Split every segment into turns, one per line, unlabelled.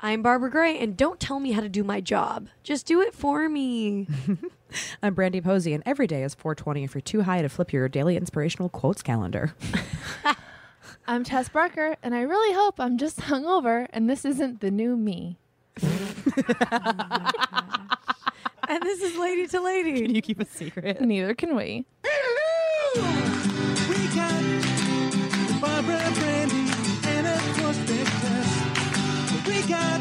I'm Barbara Gray, and don't tell me how to do my job. Just do it for me.
I'm Brandy Posey, and every day is 420 if you're too high to flip your daily inspirational quotes calendar.
I'm Tess Barker, and I really hope I'm just hungover and this isn't the new me.
and this is Lady to Lady.
Can you keep a secret?
Neither can we.
We got Barbara Brandy and of course Big Tess. We got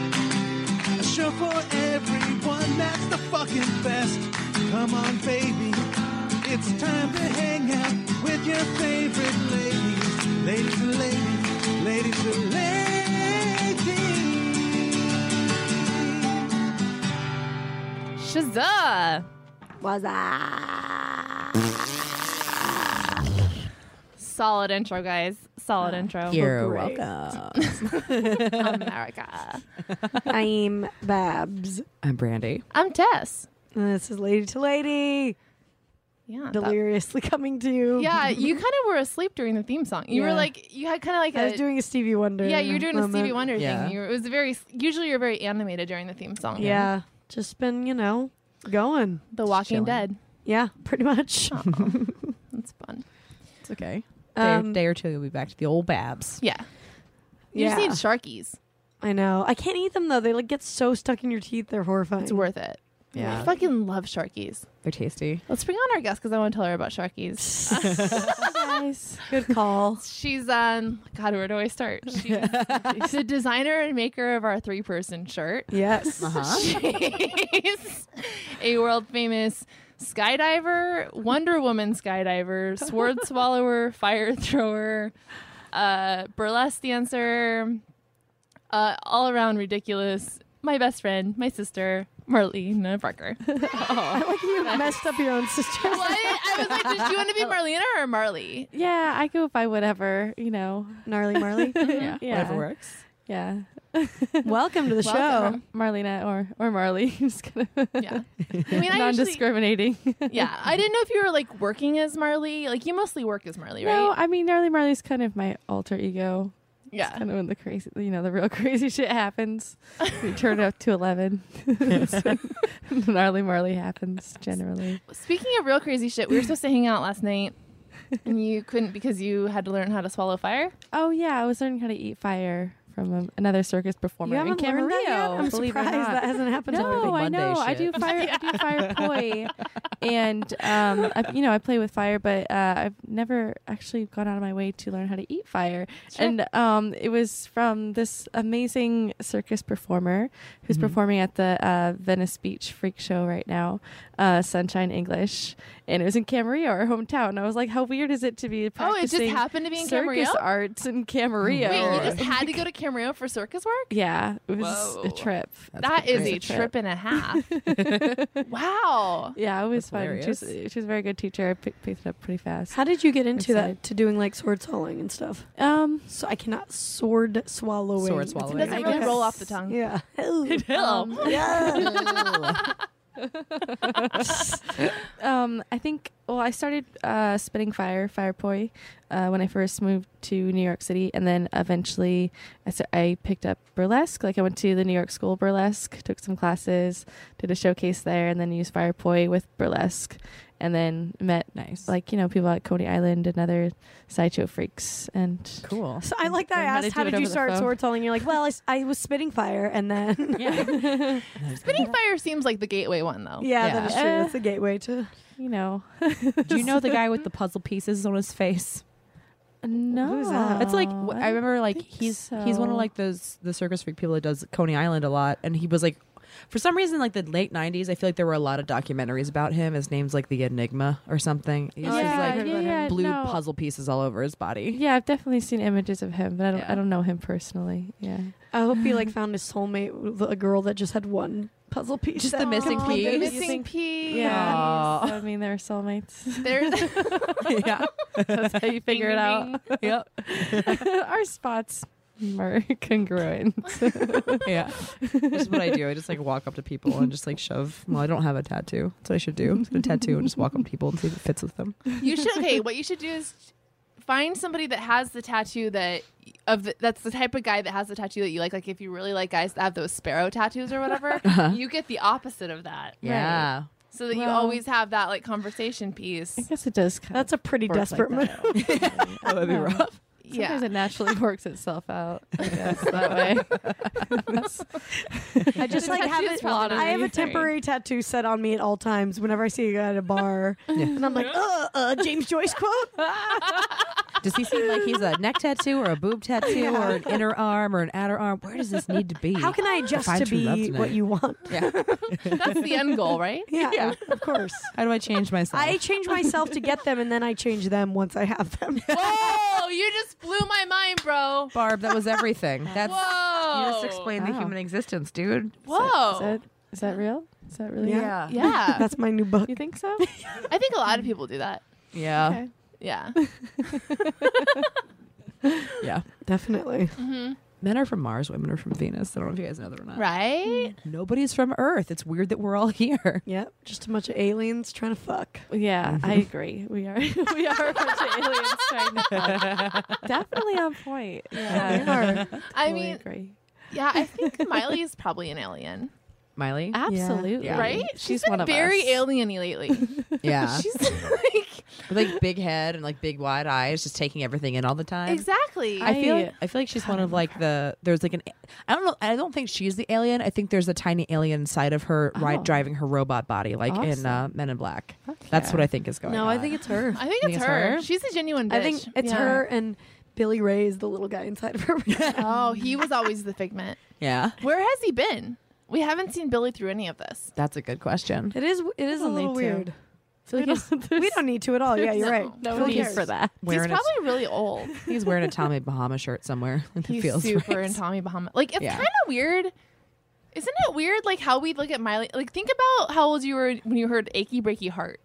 a show for everyone that's the fucking best. Come on, baby. It's time to hang out with your favorite ladies. Ladies and ladies, ladies and ladies.
Shazza!
Was I?
Solid intro, guys. Solid
Ah,
intro.
You're
Great.
welcome.
America.
I'm Babs.
I'm Brandy.
I'm Tess.
And this is Lady to Lady.
Yeah. that-
Deliriously coming to you.
yeah, you kind of were asleep during the theme song. You were
Yeah.
like, you had kind of like
I was
a-
doing a Stevie Wonder.
uh, Yeah, you were doing
moment.
a Stevie Wonder
Yeah.
thing. You were, it was very, usually you're very animated during the theme song.
Yeah. Just been, you know, going.
The Walking
Chilling.
Dead.
Yeah, pretty much.
Oh, that's fun.
It's okay. Day,
Um,
day or two, you'll be back to the old Babs.
Yeah. You
yeah.
just need Sharkies.
I know. I can't eat them though. They like get so stuck in your teeth. They're horrifying.
It's worth it. I fucking love Sharkies.
They're tasty.
Let's bring on our guest because I want to tell her about Sharkies.
nice. Good call.
She's um God, where do I start? She's, she's a designer and maker of our three person shirt.
Yes.
Uh-huh.
She's a world famous skydiver, Wonder Woman skydiver, sword swallower, fire thrower, uh, burlesque dancer, uh, all around ridiculous. My best friend, my sister, Marlene Barker.
I like you messed up your own sister.
What? I was like, did you want to be Marlena or Marley?
Yeah, I go by whatever, you know.
Gnarly Marley.
Yeah. yeah.
Whatever works.
Yeah.
Welcome to the show.
Welcome.
Marlena or or Marley. Just kind of
Yeah. I mean, I actually,
non-discriminating.
yeah, I didn't know if you were like working as Marley. Like you mostly work as Marley, right?
No, I mean Gnarly Marley's kind of my alter ego.
yeah.
Kind of when the crazy, you know, the real crazy shit happens. We turn it up to 11. Gnarly Marley happens generally.
Speaking of real crazy shit, we were supposed to hang out last night, and you couldn't because you had to learn how to swallow fire.
Oh yeah, I was learning how to eat fire from um, another circus performer
You
in
haven't learned that yet?
Camarillo.
I'm
believe it or
surprised
not.
that hasn't happened to me.
No, I
Monday
know. I do
shit.
fire. I do fire poi, and um, I, you know, I play with fire, but uh, I've never actually gone out of my way to learn how to eat fire. And um, it was from this amazing circus performer who's
Mm-hmm.
performing at the uh, Venice Beach Freak Show right now, uh, Sunshine English, and it was in Camarillo, our hometown. And I was like, how weird is it to be
Oh, it
practicing
just happened to be in
circus
Camarillo.
arts in Camarillo?
Wait, you just had to go to Camarillo for circus work?
yeah, it was
Whoa.
a trip.
That is
great.
a
It's a
trip and a half. wow.
Yeah, it was fun. She was,
hilarious.
she was a very good teacher. I picked, picked it up pretty fast.
How did you get into
Excited.
that to doing like sword swallowing and stuff?
Um,
So I cannot sword swallowing.
Sword
It's
swallowing.
It doesn't
amazing.
really
guess.
roll off the tongue.
Yeah.
Um,
um, I think. Well, I started uh, spitting fire, fire poi, uh, when I first moved to New York City, and then eventually I sta- I picked up burlesque. Like I went to the New York School of Burlesque, took some classes, did a showcase there, and then used fire poi with burlesque, and then met
Nice.
like you know people at Coney Island and other sideshow freaks, and
cool.
So I like that. I
Learn how to
asked,
do
how
it
did
over
you
the
start
phone.
sword swallowing? You're like, well, I, s- I was spitting fire, and then
Yeah.
Spinning fire seems like the gateway one though.
yeah, that
Yeah.
is true.
Eh.
That's the gateway to.
you know,
Do you know the guy with the puzzle pieces on his face?
no,
that?
It's like w-
I
I remember like
think
he's he's one of
so.
like those the circus freak people that does Coney Island a lot, and he was like For some reason, like the late '90s, I feel like there were a lot of documentaries about him. His name's like the Enigma or something. He's
Oh,
just,
yeah,
like,
I've heard about him.
blue
no.
puzzle pieces all over his body.
Yeah, I've definitely seen images of him, but I don't,
Yeah.
I don't know him personally. Yeah.
I hope he like found his soulmate, with a girl that just had one puzzle piece.
Just the
out.
missing
Aw.
piece.
The
You
missing
think-
piece.
Yeah.
So, I mean, they're soulmates.
There's
yeah.
That's how you figure it out.
Yep.
Our spots are congruent.
Yeah. This is what I do. I just like walk up to people and just like shove. Well, I don't have a tattoo. That's what I should do. Just get a tattoo and just walk up to people and see if it fits with them.
You should okay. What you should do is find somebody that has the tattoo that of the, that's the type of guy that has the tattoo that you like. Like if you really like guys that have those sparrow tattoos or whatever, you get the opposite of that.
Yeah.
So that you
Well-
always have that like conversation piece.
I guess it does kind
That's a pretty
of work
desperate
like
move.
that.
That would be
No.
rough.
Yeah.
Sometimes it naturally works itself out. I guess that way.
I just
The
like have
tattoo is
it.
probably not
I have a
anything.
temporary tattoo set on me at all times. Whenever I see a guy at a bar, and I'm like, uh, uh, James Joyce quote.
Does he seem like he's a neck tattoo or a boob tattoo or an inner arm or an outer arm? Where does this need to be?
How can I adjust
find
to
true love
be
tonight.
what you want?
That's the end goal, right?
Yeah, of course.
How do I change myself?
I change myself to get them, and then I change them once I have them.
Whoa, you just blew my mind, bro.
Barb, that was everything. That's
Whoa.
you just explained the
Wow.
human existence, dude.
Is
Whoa.
that, is that real? Is that really?
Yeah.
real?
Yeah.
That's my new book.
You think so?
I think a lot of people do that.
Yeah.
Okay.
Yeah.
Yeah.
Definitely.
Men are from Mars, women are from Venus. I don't know if you guys know that or not.
Right?
Mm-hmm. Nobody's from Earth. It's weird that we're all here.
Yep. Just a bunch of aliens trying to fuck.
Yeah, I agree. We are we are a bunch of aliens trying to fuck. Definitely on point. Yeah,
I
totally
mean,
agree.
yeah, I think Miley is probably an alien.
Miley?
Absolutely.
Yeah.
Right?
She's,
been
one of
very
us.
alieny lately.
Yeah.
She's like
With like big head and like big wide eyes, just taking everything in all the time.
exactly.
I feel
I-
I feel like she's one of like the there's like an I don't know I don't think she's the alien I think there's a tiny alien side of her right
Oh.
driving her robot body like in
Awesome.
uh, Men in Black
Fuck
that's
yeah.
what I think is going on
it's her.
I think it's
it's
her.
her?
She's a genuine bitch.
I think it's
Yeah.
her and Billy Ray is the little guy inside of her.
Oh, he was always the figment.
yeah
Where has he been? We haven't seen Billy through any of this.
that's a good question
it is. It is a
We'll
little
need to.
weird.
So
We don't, we don't need to at all. Yeah, you're
no-
right.
no
Who
no need
cares?
for that.
wearing
He's probably really old.
a, he's wearing a Tommy Bahama shirt somewhere and it
He's
feels
super
right.
in Tommy Bahama. Like it's
Yeah.
kind of weird. Isn't it weird like how we look at Miley? Like think about how old you were when you heard "Achy Breaky Heart."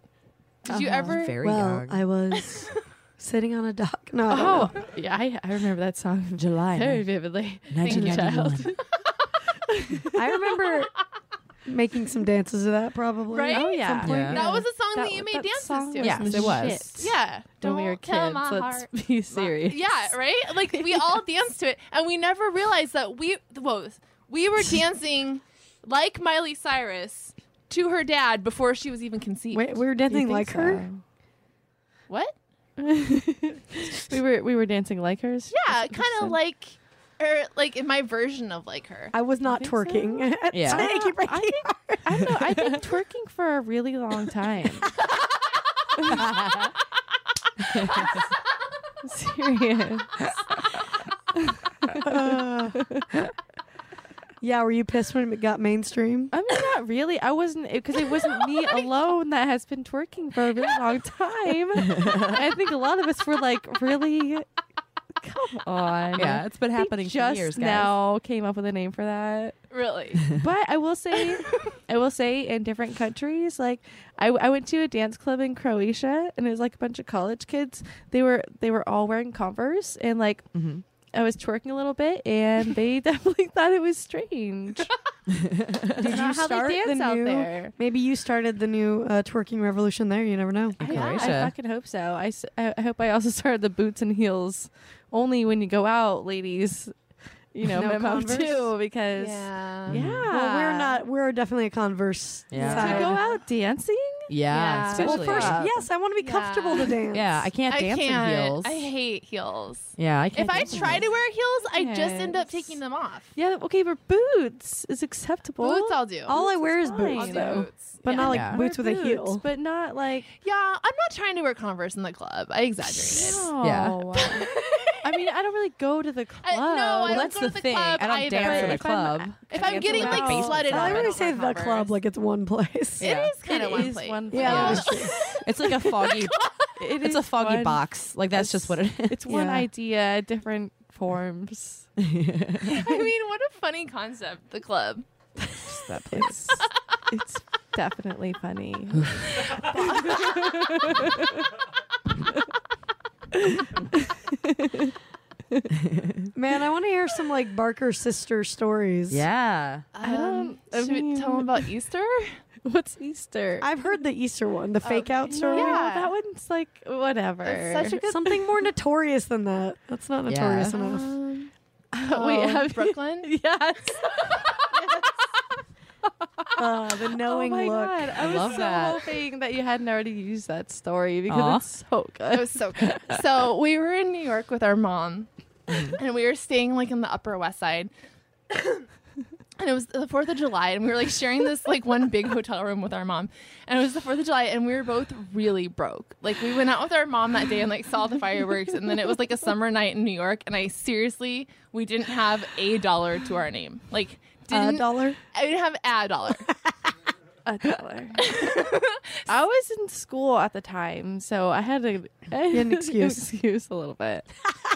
Did you ever?
very
Well,
young
I was sitting on a dock. No. I don't know.
Oh, yeah, I, I remember that song
July
very vividly.
Thank you, child.
1991
I remember making some dances to that probably.
Right?
Oh yeah.
point. Yeah.
That was a song that,
That-
you made
that
dances
song
to.
was
Yeah. Yes, it was.
shit
Yeah.
When
Don't
we were
tell
kids,
my
let's
heart.
be serious.
Yeah, right? Like we all danced to it and we never realized that we whoa, we were dancing like Miley Cyrus to her dad before she was even conceived.
Wait, we were
You
dancing like
think
her.
What?
so? we were we were dancing like hers.
Yeah,
That's what
kind
you
of
said.
like or like in my version of like her.
I was not
think so?
twerking.
Yeah.
Achy
Uh,
breaky
I think-
heart.
I don't know. I did twerking for a really long time. Serious.
yeah, were you pissed when it got mainstream?
I mean, not really. I wasn't because it wasn't
Oh
me alone that has been twerking for a really long time. I think a lot of us were like, really, come on.
yeah it's been
They
happening
just
for years guys.
now came up with a name for that.
Really?
But I will say, I will say, in different countries, like I, I went to a dance club in Croatia, and it was like a bunch of college kids. They were they were all wearing Converse, and like
Mhm.
I was twerking a little bit, and they definitely thought it was strange.
Did you
Not how they
start
dance
the
out
new?
there.
Maybe you started the new uh, twerking revolution there. You never know.
in
Yeah, I
Croatia
fucking hope so. I, s- I- I hope I also started the boots and heels only when you go out, ladies. You know,
No
memo
Converse?
too, because yeah,
Yeah.
Well, we're not. We're definitely a Converse.
Yeah.
to
side.
go out dancing.
Yeah,
Yeah.
especially.
Well, first,
Yeah.
yes, I want to be comfortable to
Yeah.
dance.
yeah, I can't
I
dance
can't.
in heels.
I hate heels.
yeah, I
If
can't.
I
dance in
try to
heels.
wear heels, I just end up
Yes.
taking them off.
Yeah, okay, but boots is acceptable.
Boots, I'll do.
All I wear is
Fine.
I'll
boots,
do
though.
boots.
But
yeah.
not like
Yeah.
boots with
Wear
a heel.
but not like.
Yeah, I'm not trying to wear Converse in the club. I exaggerated.
Yeah.
No. I mean, I don't really go to the club.
oh. I- no, I
Well,
don't
that's
go
the
to the
thing.
club
I don't
either.
dance in a
If I'm-
club.
If I'm
Dance
getting
around
like
the basement
slutted,
club.
I
up,
already
don't
say
wear
the
Converse.
club like it's one place.
Yeah.
It is kind of one
is
place.
one place.
Yeah,
Yeah.
that's true.
It's like a foggy.
It
it's
is
a foggy
one-
box. Like that's just what it is.
It's one
Yeah.
idea, different forms.
I mean, what a funny concept. The club.
Just that place. it's definitely funny.
Man, I want to hear some like Barker sister stories.
Yeah.
I don't- I
Um, should we tell them
mean-
about Easter?
What's Easter?
I've heard the Easter one, the fake out
No,
story.
Yeah.
that one's like whatever.
That's such a good
Something more notorious than that. That's not notorious
Yeah.
enough.
Um,
wait,
oh,
have you-
Brooklyn.
yes.
Uh, the knowing
oh my
look.
god! I, was
love
so
that.
hoping that you hadn't already used that story because
Aw.
it's so
It
good.
was so good. So we were in New York with our mom, and we were staying like in the Upper West Side. And it was the Fourth of July, and we were like sharing this like one big hotel room with our mom. And it was the Fourth of July, and we were both really broke. Like we went out with our mom that day and like saw the fireworks, and then it was like a summer night in New York. And I seriously, we didn't have a dollar to our name. Like
A
didn't
dollar.
I didn't have a dollar.
A dollar. I was in school at the time, so I had a, I had
an excuse.
excuse a little bit.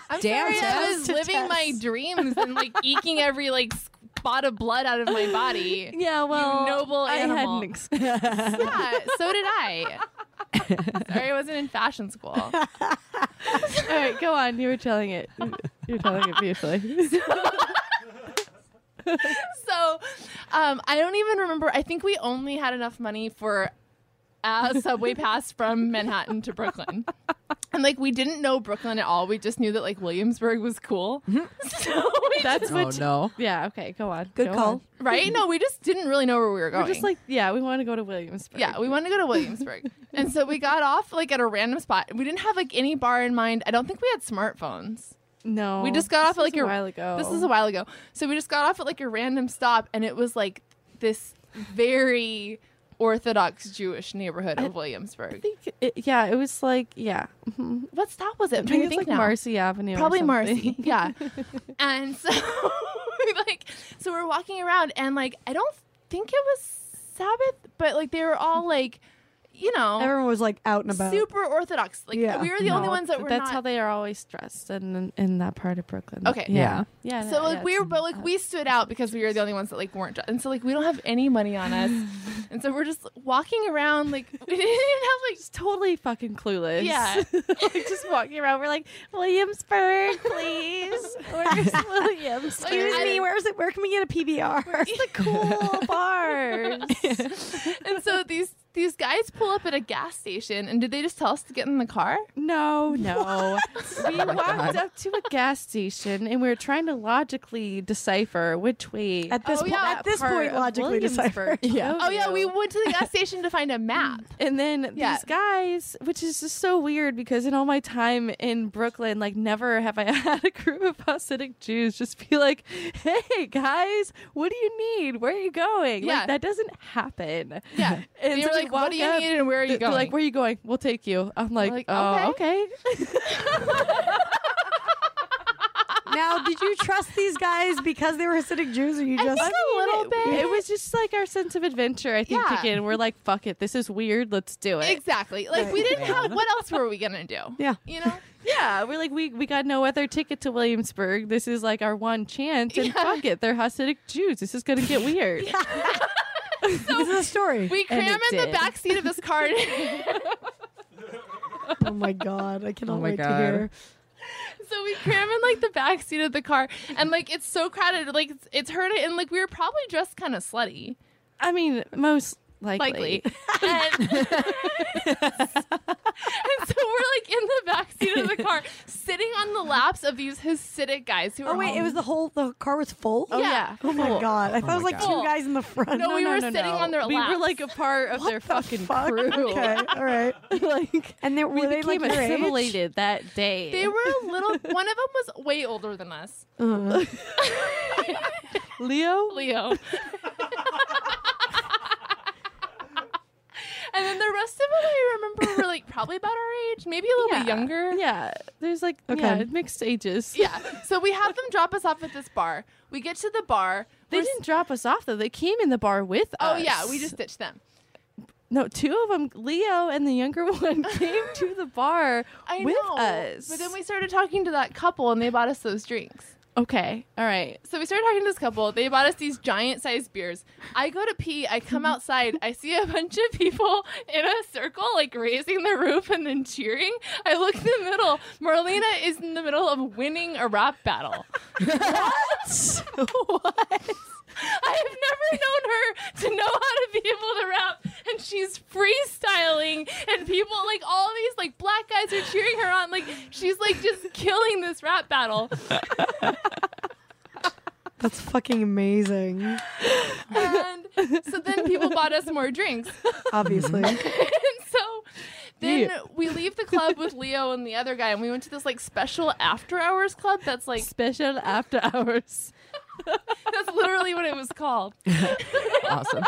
I'm
Damn,
sorry, I
Tess.
was living my dreams and like eking every like spot of blood out of my body.
Yeah, well,
noble
I had
animal.
an excuse.
Yeah, so did I. Sorry, I wasn't in fashion school.
All right, go on. You were telling it. You're telling it beautifully.
So um, I don't even remember. I think we only had enough money for a subway pass from Manhattan to Brooklyn. And like we didn't know Brooklyn at all. We just knew that like Williamsburg was cool. So we
Mm-hmm. That's
Oh
what.
no.
Yeah. Okay. Go on.
Good
go
call.
on.
right? No, we just didn't really know where we were going.
We're just like, yeah, we want to go to Williamsburg.
Yeah, we wanted to go to Williamsburg. and so we got off like at a random spot. We didn't have like any bar in mind. I don't think we had smartphones.
no.
We just got off at,
this was
like, a-
a while ago.
This is a while ago. So we just got off at like a random stop and it was like this very orthodox Jewish neighborhood of
I
Williamsburg.
think it, yeah, it was like yeah. mhm.
What stop was it? I'm
I
trying
think
to
it's
think
like
now.
Marcy Avenue. or
Probably Marcy.
something.
Yeah. and so we, like so we're walking around and like I don't think it was Sabbath, but like they were all like you know,
Everyone was like out and about.
super orthodox. Like
Yeah.
we were the only
No,
ones that were
That's
not.
how they are always dressed, and in, in that part of Brooklyn.
Okay.
Yeah.
Yeah.
so like we were, but like we stood out because we were the only ones that like weren't. dr- And so like we don't have any money on us, and so we're just walking around like we didn't even have like.
It's totally fucking clueless.
Yeah.
like just walking around, we're like Williamsburg, please. Where's Williamsburg?
Like,
Excuse
I-
me, where's it? Where can we get a PBR?
the cool bars.
And so these these guys pull up at a gas station, and did they just tell us to get in the car?
No, no. we walked
God.
up to a gas station and we were trying to logically decipher which way.
At this
Oh,
point,
yeah.
at this
part
point,
of
logically decipher.
Williamsburg drove
Yeah.
Oh yeah,
you.
we went to the gas station to find a map.
And then
Yeah.
these guys, which is just so weird because in all my time in Brooklyn, like never have I had a group of Hasidic Jews just be like, "Hey guys, what do you need? Where are you going?"
Yeah.
Like that doesn't happen.
Yeah.
And
They
so
were
we
like, "What do you
walk up,
need and where are you
th- they're
going?
Like, where are you going? We'll take you. I'm like,
Like,
oh, okay.
now, did you trust these guys because they were Hasidic Jews, or you just?
think a little bit.
It was just like our sense of adventure, I think,
Yeah.
kicked in. We're like, fuck it, this is weird. Let's do it.
Exactly. Like we didn't have. What else were we gonna do?
Yeah.
You know.
Yeah, we're like we we got no other ticket to Williamsburg. This is like our one chance, and fuck it, they're Hasidic Jews. This is gonna get weird.
this is a story.
We
And
cram
it
in the
did.
back seat of this car.
oh my god, I cannot
Oh my
wait
God.
to hear.
So we cram in like the back seat of the car, and like it's so crowded, like it's, it's hurting, and like we were probably dressed kind of slutty,
I mean, most likely.
likely. and, and so we're like in the back seat of the car, sitting on the laps of these Hasidic guys who are
Oh wait, it was the whole the car was full.
yeah.
Oh my
Full.
god, I thought it was like
God.
two guys in the front.
No, we were sitting on their
We were
laps.
like a part of their fucking
Fuck.
crew.
Okay, all right.
like
And they
we
were they like
became
your age?
assimilated that day.
They were a little. One of them was way older than us.
Uh,
Leo.
Leo. and then the rest of it, I remember, were like probably about our age, maybe a little bit younger.
Yeah, there's like
Okay.
yeah mixed ages.
Yeah. So we have them drop us off at this bar. We get to the bar.
They
We're s-
didn't drop us off though. They came in the bar with
Oh
us.
yeah, we just ditched them.
no two of them. Leo and the younger one came to the bar
I
with
know.
us.
But then we started talking to that couple, and they bought us those drinks.
okay, all right.
So we started talking to this couple. They bought us these giant sized beers. I go to pee. I come outside. I see a bunch of people in a circle, like raising the roof and then cheering. I look in the middle. Marlena is in the middle of winning a rap battle. I have never known her to know how to be able to rap, and she's freestyling, and people like all these like black guys are cheering her on. Like she's like just killing this rap battle.
that's fucking amazing.
And so then people bought us more drinks.
Obviously,
and so then we leave the club with Leo and the other guy, and we went to this like special after hours club. That's like
Special after hours.
that's literally what it was called.
awesome.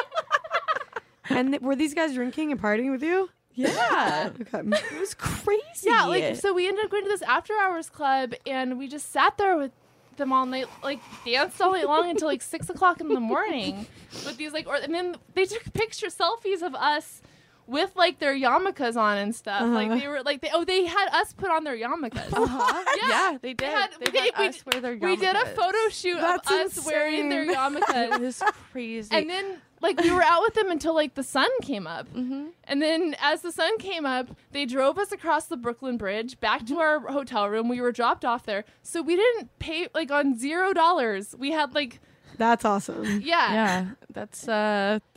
and th- were these guys drinking and partying with you?
Yeah,
Okay.
it was crazy.
Yeah, like so we ended up going to this after hours club, and we just sat there with them all night, like danced all night long until like six o'clock in the morning with these like, or and then they took picture selfies of us. With like their yarmulkes on and stuff, like
Uh-huh.
they were like they oh they had us put on their yarmulkes.
yeah, Ah, they did.
had-
they
they-
had
we
us wear their
We did a
yarmulkes.
photo shoot
That's
of us wearing their
It
yarmulkes.
was crazy.
and then like we were out with them until like the sun came up. And then as the sun came up, they drove us across the Brooklyn Bridge back to our hotel room. We were dropped off there. So we didn't pay like on 0 dollars. We had like
That's awesome.
yeah.
yeah, that's uh,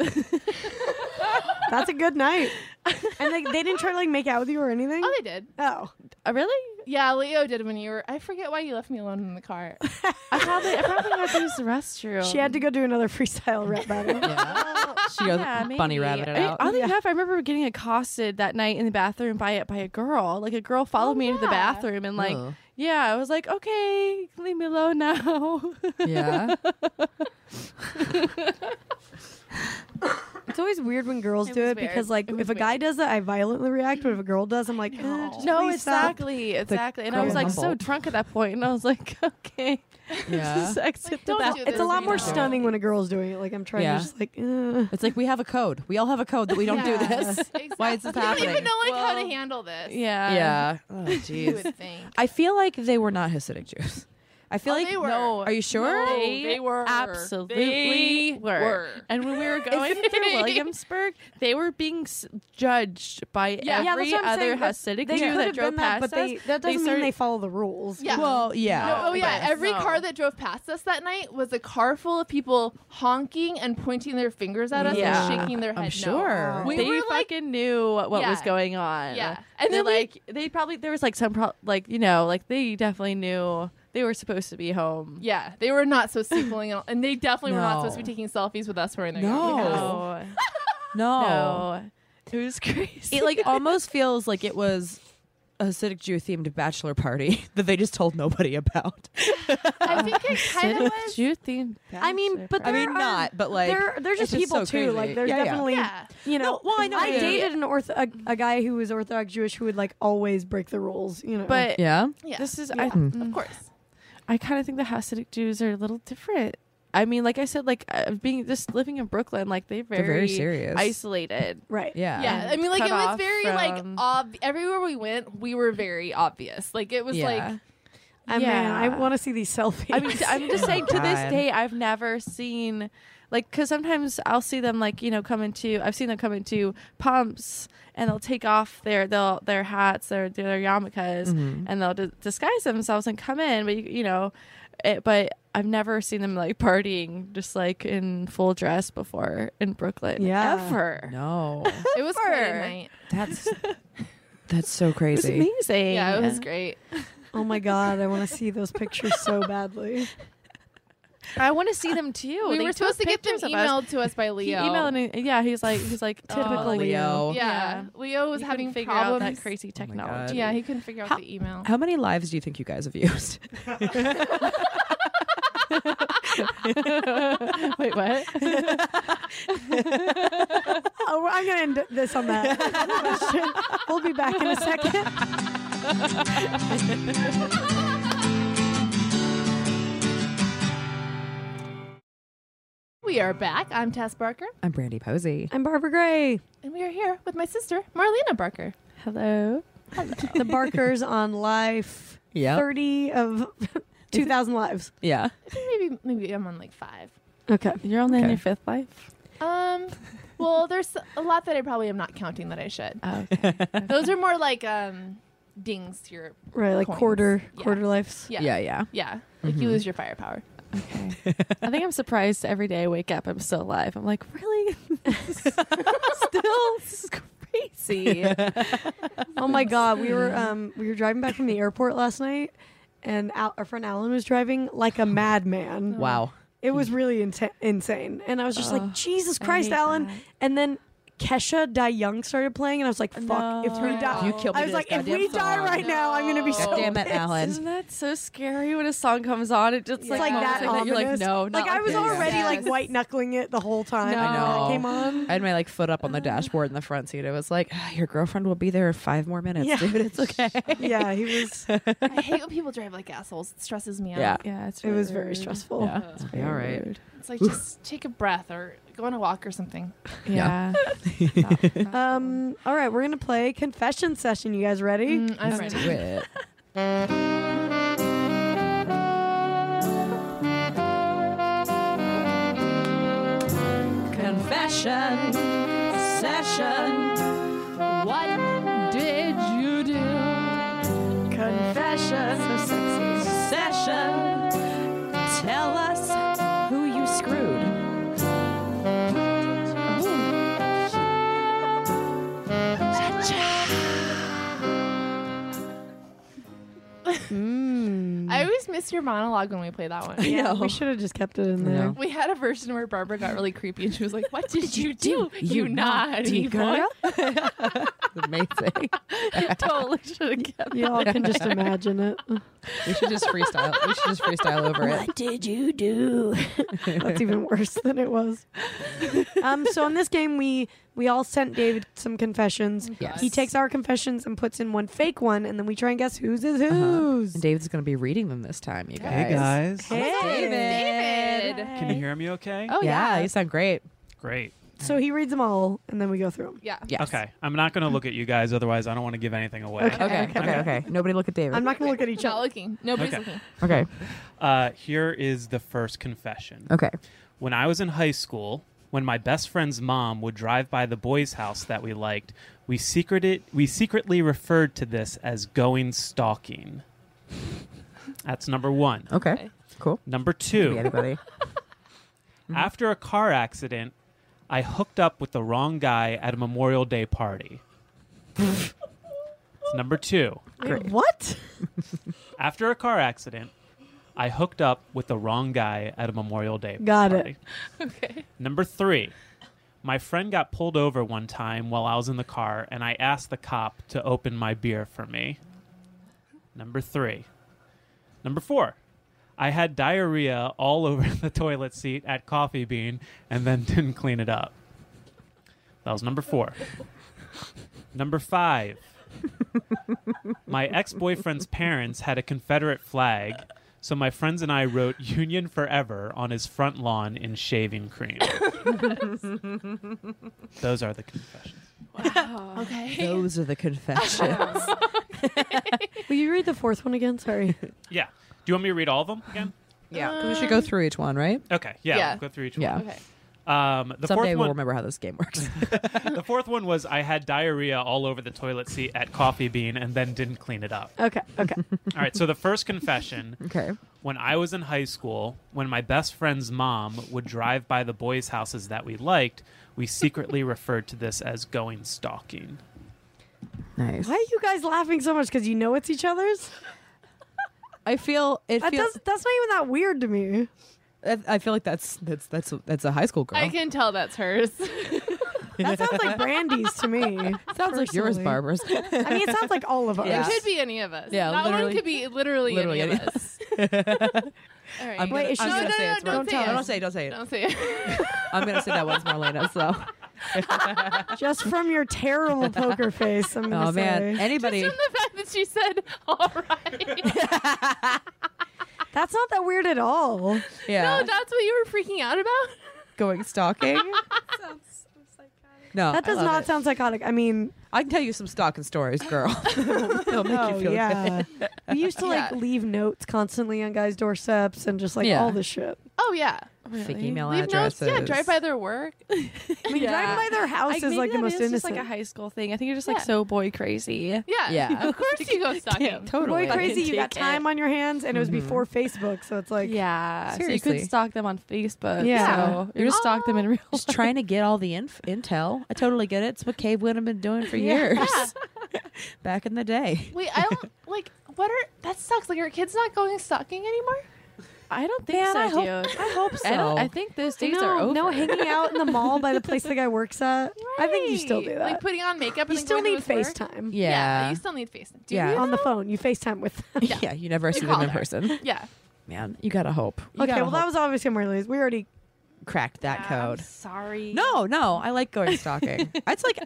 That's a good night. And like they didn't try to like make out with you or anything.
Oh, they did.
Oh,
uh, really?
Yeah, Leo did when you were. I forget why you left me alone in the car.
I probably I probably had to use the restroom.
Oh. she had to go do another freestyle rap battle.
She goes
Yeah,
bunny
maybe.
rabbit it
I mean,
out.
Oddly
Yeah.
enough, I remember getting accosted that night in the bathroom by a by a girl. Like a girl followed me into the
yeah.
bathroom and like
Ugh.
yeah, I was like, okay, leave me alone now.
yeah.
It's always weird when girls
It
do
was
it
weird.
because like if a guy does it, I violently react, but if a girl does, I'm like, eh,
No.
just
no,
please stop.
exactly, exactly. And I
girl
was like so
humble.
drunk at that point, and I was like, okay,
Yeah.
just exit
Like,
the
don't do
bathroom.
this.
It's a lot more
Yeah.
stunning when a girl's doing it. Like I'm trying
Yeah.
to just like, eh.
It's like we have a code. We all have a code that we don't do
Yeah.
this.
Exactly.
Why is this
You don't
happening?
even know like how to
Well,
handle this.
Yeah,
Yeah. Oh
You
jeez.
would think.
I feel like they were not Hasidic Jews. I feel
Oh,
like
they were.
no. Are you sure?
No,
They
they were
absolutely
They
were. And when we were going through Williamsburg, they were being s- judged by
Yeah,
yeah,
every
that's what I'm
other
saying. That-
Hasidic
they
Jew
could
that
have
drove
been
past
that, but they,
us.
that doesn't mean
started-
they follow the rules.
Yeah.
Well, yeah.
Oh, oh, yeah,
Yes.
every
No.
car that drove past us that night was a car full of people honking and pointing their fingers at us
Yeah.
and shaking their head.
I'm
no.
sure.
We
they
were like,
fucking knew what
Yeah.
was going on.
Yeah.
and
And
then
then we-
like they probably there was like some pro- like you know like they definitely knew they were supposed to be home.
yeah, they were not supposed to be pulling, out- and they definitely were not
No.
supposed to be taking selfies with us wearing their
Oh.
No.
yarmulkes.
No,
No.
no, Oh. it was crazy.
It like almost feels like it was a Hasidic Jew themed bachelor party that they just told nobody about.
I think it kind of was.
Jew themed.
I mean, but
I
there
mean,
are,
not, but, like,
there, there's
it's
just
just
people
so
too.
crazy.
Like there's
Yeah, yeah.
definitely,
Yeah.
you know.
No, well, I know
I
it is.
dated an orth a, a guy who was Orthodox Jewish who would like always break the rules. You know,
But
Yeah. Hmm.
Yeah,
this is
Oh, Yeah.
I
of course.
I kind of think the Hasidic Jews are a little different. I mean, like I said, like uh, being just living in Brooklyn, like they very,
They're very serious.
isolated.
right.
Yeah.
Yeah, I
And
mean, like
cut
it was
off
very like
from-
ob- everywhere we went, we were very obvious. Like it was
Yeah.
like
I mean, I
Yeah.
want to see these selfies.
I mean, I'm just saying. To this
God.
day, I've never seen, like, because sometimes I'll see them, like, you know, come into. I've seen them come into pumps, and they'll take off their their their hats, their their yarmulkes, and they'll d- disguise themselves and come in. But you, you know, it, but I've never seen them like partying just like in full dress before in Brooklyn.
Yeah.
ever.
No.
it was quite a night.
That's that's so
It was
crazy.
amazing.
Yeah, it was great.
Oh my god, I want to see those pictures so badly.
I want to see them too.
we
They
were
took
supposed to get them
pictures of us.
emailed to us by Leo.
He emailed me. Yeah, he's like, he's like "Oh, typical
Leo.
Leo.
Yeah. Leo was having
figure out
problems.
that crazy technology.
Yeah, he couldn't figure out
How-
the email.
How many lives do you think you guys have used?
Wait, what?
Oh, I'm gonna end this on that question. We'll be back in a second.
We are back. I'm Tess Barker,
I'm Brandy Posey.
I'm Barbara Gray.
and we are here with my sister Marlena Barker.
Hello.
The Barkers on Life.
Yeah.
Thirty of two thousand lives.
Yeah.
I think maybe maybe I'm on like five.
Okay.
You're only in
Okay.
your fifth life.
Um, well, there's a lot that I probably am not counting that I should.
Oh, okay.
Those are more like um dings to your
Right, like
Coins.
quarter
Yeah.
quarter lives.
yeah Mm-hmm.
Yeah.
yeah,
Yeah. Mm-hmm.
like you lose your firepower.
okay. I think I'm surprised every day I wake up, I'm still alive. I'm like, really? still, this is crazy.
Oh my god, we were um we were driving back from the airport last night, and Al- our friend Alan was driving like a madman.
Wow.
It was really insa- insane, and I was just
Oh,
like, Jesus
I
Christ,
hate
Alan!
that.
And then Kesha Die Young started playing, and I was like, Fuck, if we
No.
die,
You killed me
I was
to
like,
this
if we
goddamn
die
song.
right now, I'm gonna be
No.
so.
Goddamn it,
pissed.
Alan.
Isn't that so scary when a song comes on? It just
It's
like,
like
moments
that.
that you're like,
ominous.
no, not
like I was
this.
already like
Yes.
white knuckling it the whole time.
I
when
know.
it came on.
I had my like foot up on the dashboard in the front seat. I was like, "Ah, "Your girlfriend will be there in five more minutes,
Yeah.
dude. It's okay."
yeah, he was. It
I hate when people drive like assholes. It stresses me out.
Yeah.
Yeah, it's
was
rude.
very stressful.
Yeah. It's
Very
all right.
rude.
It's like just take a breath or go on a walk or something.
Yeah.
Um. All right, we're gonna play confession session. You guys ready?
Mm, I'm ready.
Do it. Confession session.
What did you do?
Confession session. Tell us who you screwed.
I always miss your monologue when we play that one.
Yeah, we should have just kept it in there.
know.
We had a version where Barbara got really creepy and she was like, What did, you do? You, naughty boy.
Amazing.
totally should have kept
You all can just imagine it.
We should just freestyle. We should just freestyle over it.
did you do? That's even worse than it was. Um, so in this game, we we all sent David some confessions.
Yes.
He takes our confessions and puts in one fake one, and then we try and guess whose is whose.
And Dave's gonna be reading them this time, you guys.
Hey guys.
David.
Can you hear me okay?
Oh,
yeah,
yeah.
you sound great.
Great.
So he reads them all, and then we go through them.
Yeah.
Yes.
Okay. I'm not going to look at you guys otherwise I don't want to give anything away.
Okay.
Okay. Okay. Okay. Nobody look at David.
I'm not going to look at each
Not
other.
looking. Nobody's
Okay.
looking.
okay.
Uh, here is the first confession.
Okay.
When I was in high school, when my best friend's mom would drive by the boys' house that we liked, we secreted we secretly referred to this as going stalking. That's number one.
Okay.
Okay.
Cool.
Number
Be
two,
anybody.
after a car accident, I hooked up with the wrong guy at a Memorial Day party. It's number two.
Wait, what?
After a car accident, I hooked up with the wrong guy at a Memorial Day
Got it.
party.
Okay.
Number three, my friend got pulled over one time while I was in the car, and I asked the cop to open my beer for me. Number three. Number four, I had diarrhea all over the toilet seat at Coffee Bean and then didn't clean it up. That was number four. Number five, my ex boyfriend's parents had a Confederate flag, so my friends and I wrote Union Forever on his front lawn in shaving cream. Those are the confessions.
Okay.
Those are the confessions.
Will you read the fourth one again? Sorry.
Yeah. Do you want me to read all of them again?
yeah. We should go through each one, right?
Okay. Yeah.
Yeah.
we'll go through each
Yeah.
Okay.
one. Um,
Someday
the fourth
we'll
one.
remember how this game works.
the fourth one was I had diarrhea all over the toilet seat at Coffee Bean and then didn't clean it up.
Okay. Okay.
All right. So the first confession
okay.
when I was in high school, when my best friend's mom would drive by the boys' houses that we liked, we secretly referred to this as going stalking.
Nice.
Why are you guys laughing so much? Because you know it's each other's?
I feel it
That
feels.
does, that's not even that weird to me.
that- I feel like that's that's that's a, that's a high school girl.
I can tell that's hers.
That sounds like Brandy's to me. Sounds
Sounds like yours, Barbara's.
I mean, it sounds like all of us.
Yeah.
It could be any of us.
Yeah,
that one
literally-
could be literally,
literally
any,
any
of us. All right.
Wait, is she-
I'm
No,
gonna
no,
say
no,
it's
don't
Marlena.
say it.
Don't say it. Don't say it.
Don't say it.
I'm gonna say that one's Marlena. So,
Just from your terrible poker face. I'm gonna
oh man,
say.
anybody?
Just from the fact that she said, all right.
That's not that weird at
Oh,
all.
Yeah,
no, that's what you were freaking out about?
going stalking. No,
That
I
does
love
not
it.
sound psychotic. I mean,
I can tell you some stalking stories, girl. It'll make
oh
you feel good.
yeah. we used to like
Yeah.
leave notes constantly on guys' doorsteps and just like
Yeah.
all this shit.
Oh, yeah.
Fake email
Leave notes.
addresses.
Yeah, drive by their work.
I mean,
Yeah.
driving by their house is
maybe
like the
that
most
is just
innocent.
like a high school thing. I think you're just
Yeah.
like so boy crazy.
Yeah.
Yeah.
Of course you go stalking.
Totally.
Boy, crazy! You got
take
time on your hands, and it was
Mm-hmm.
before Facebook, so it's like,
yeah, so you
Seriously.
could stalk them on Facebook.
Yeah.
so you just stalk them in real.
Just trying to get all the inf- intel. I totally get it. It's what cave women have been doing for years. Back in the day.
Wait, I don't like what are that sucks. Like are kids not going stalking anymore?
I don't think
Man,
so,
I hope-
dude.
I hope
I,
so.
don't, I think those days
no,
are over.
no hanging out in the mall by the place the guy works at. I think you still do
Right.
that.
Like putting on makeup
you
and then
still
going
need
to his work.
FaceTime.
yeah.
Yeah,
Yeah.
you still need FaceTime. Do
Yeah.
you?
on the phone. You FaceTime with them.
You, never see
call
them in
her.
person.
Yeah.
Man, you gotta hope. You
okay,
gotta
well, that
hope.
was obviously Marley's. We already.
cracked that
I'm
code.
sorry.
No, no, I like going stalking. it's like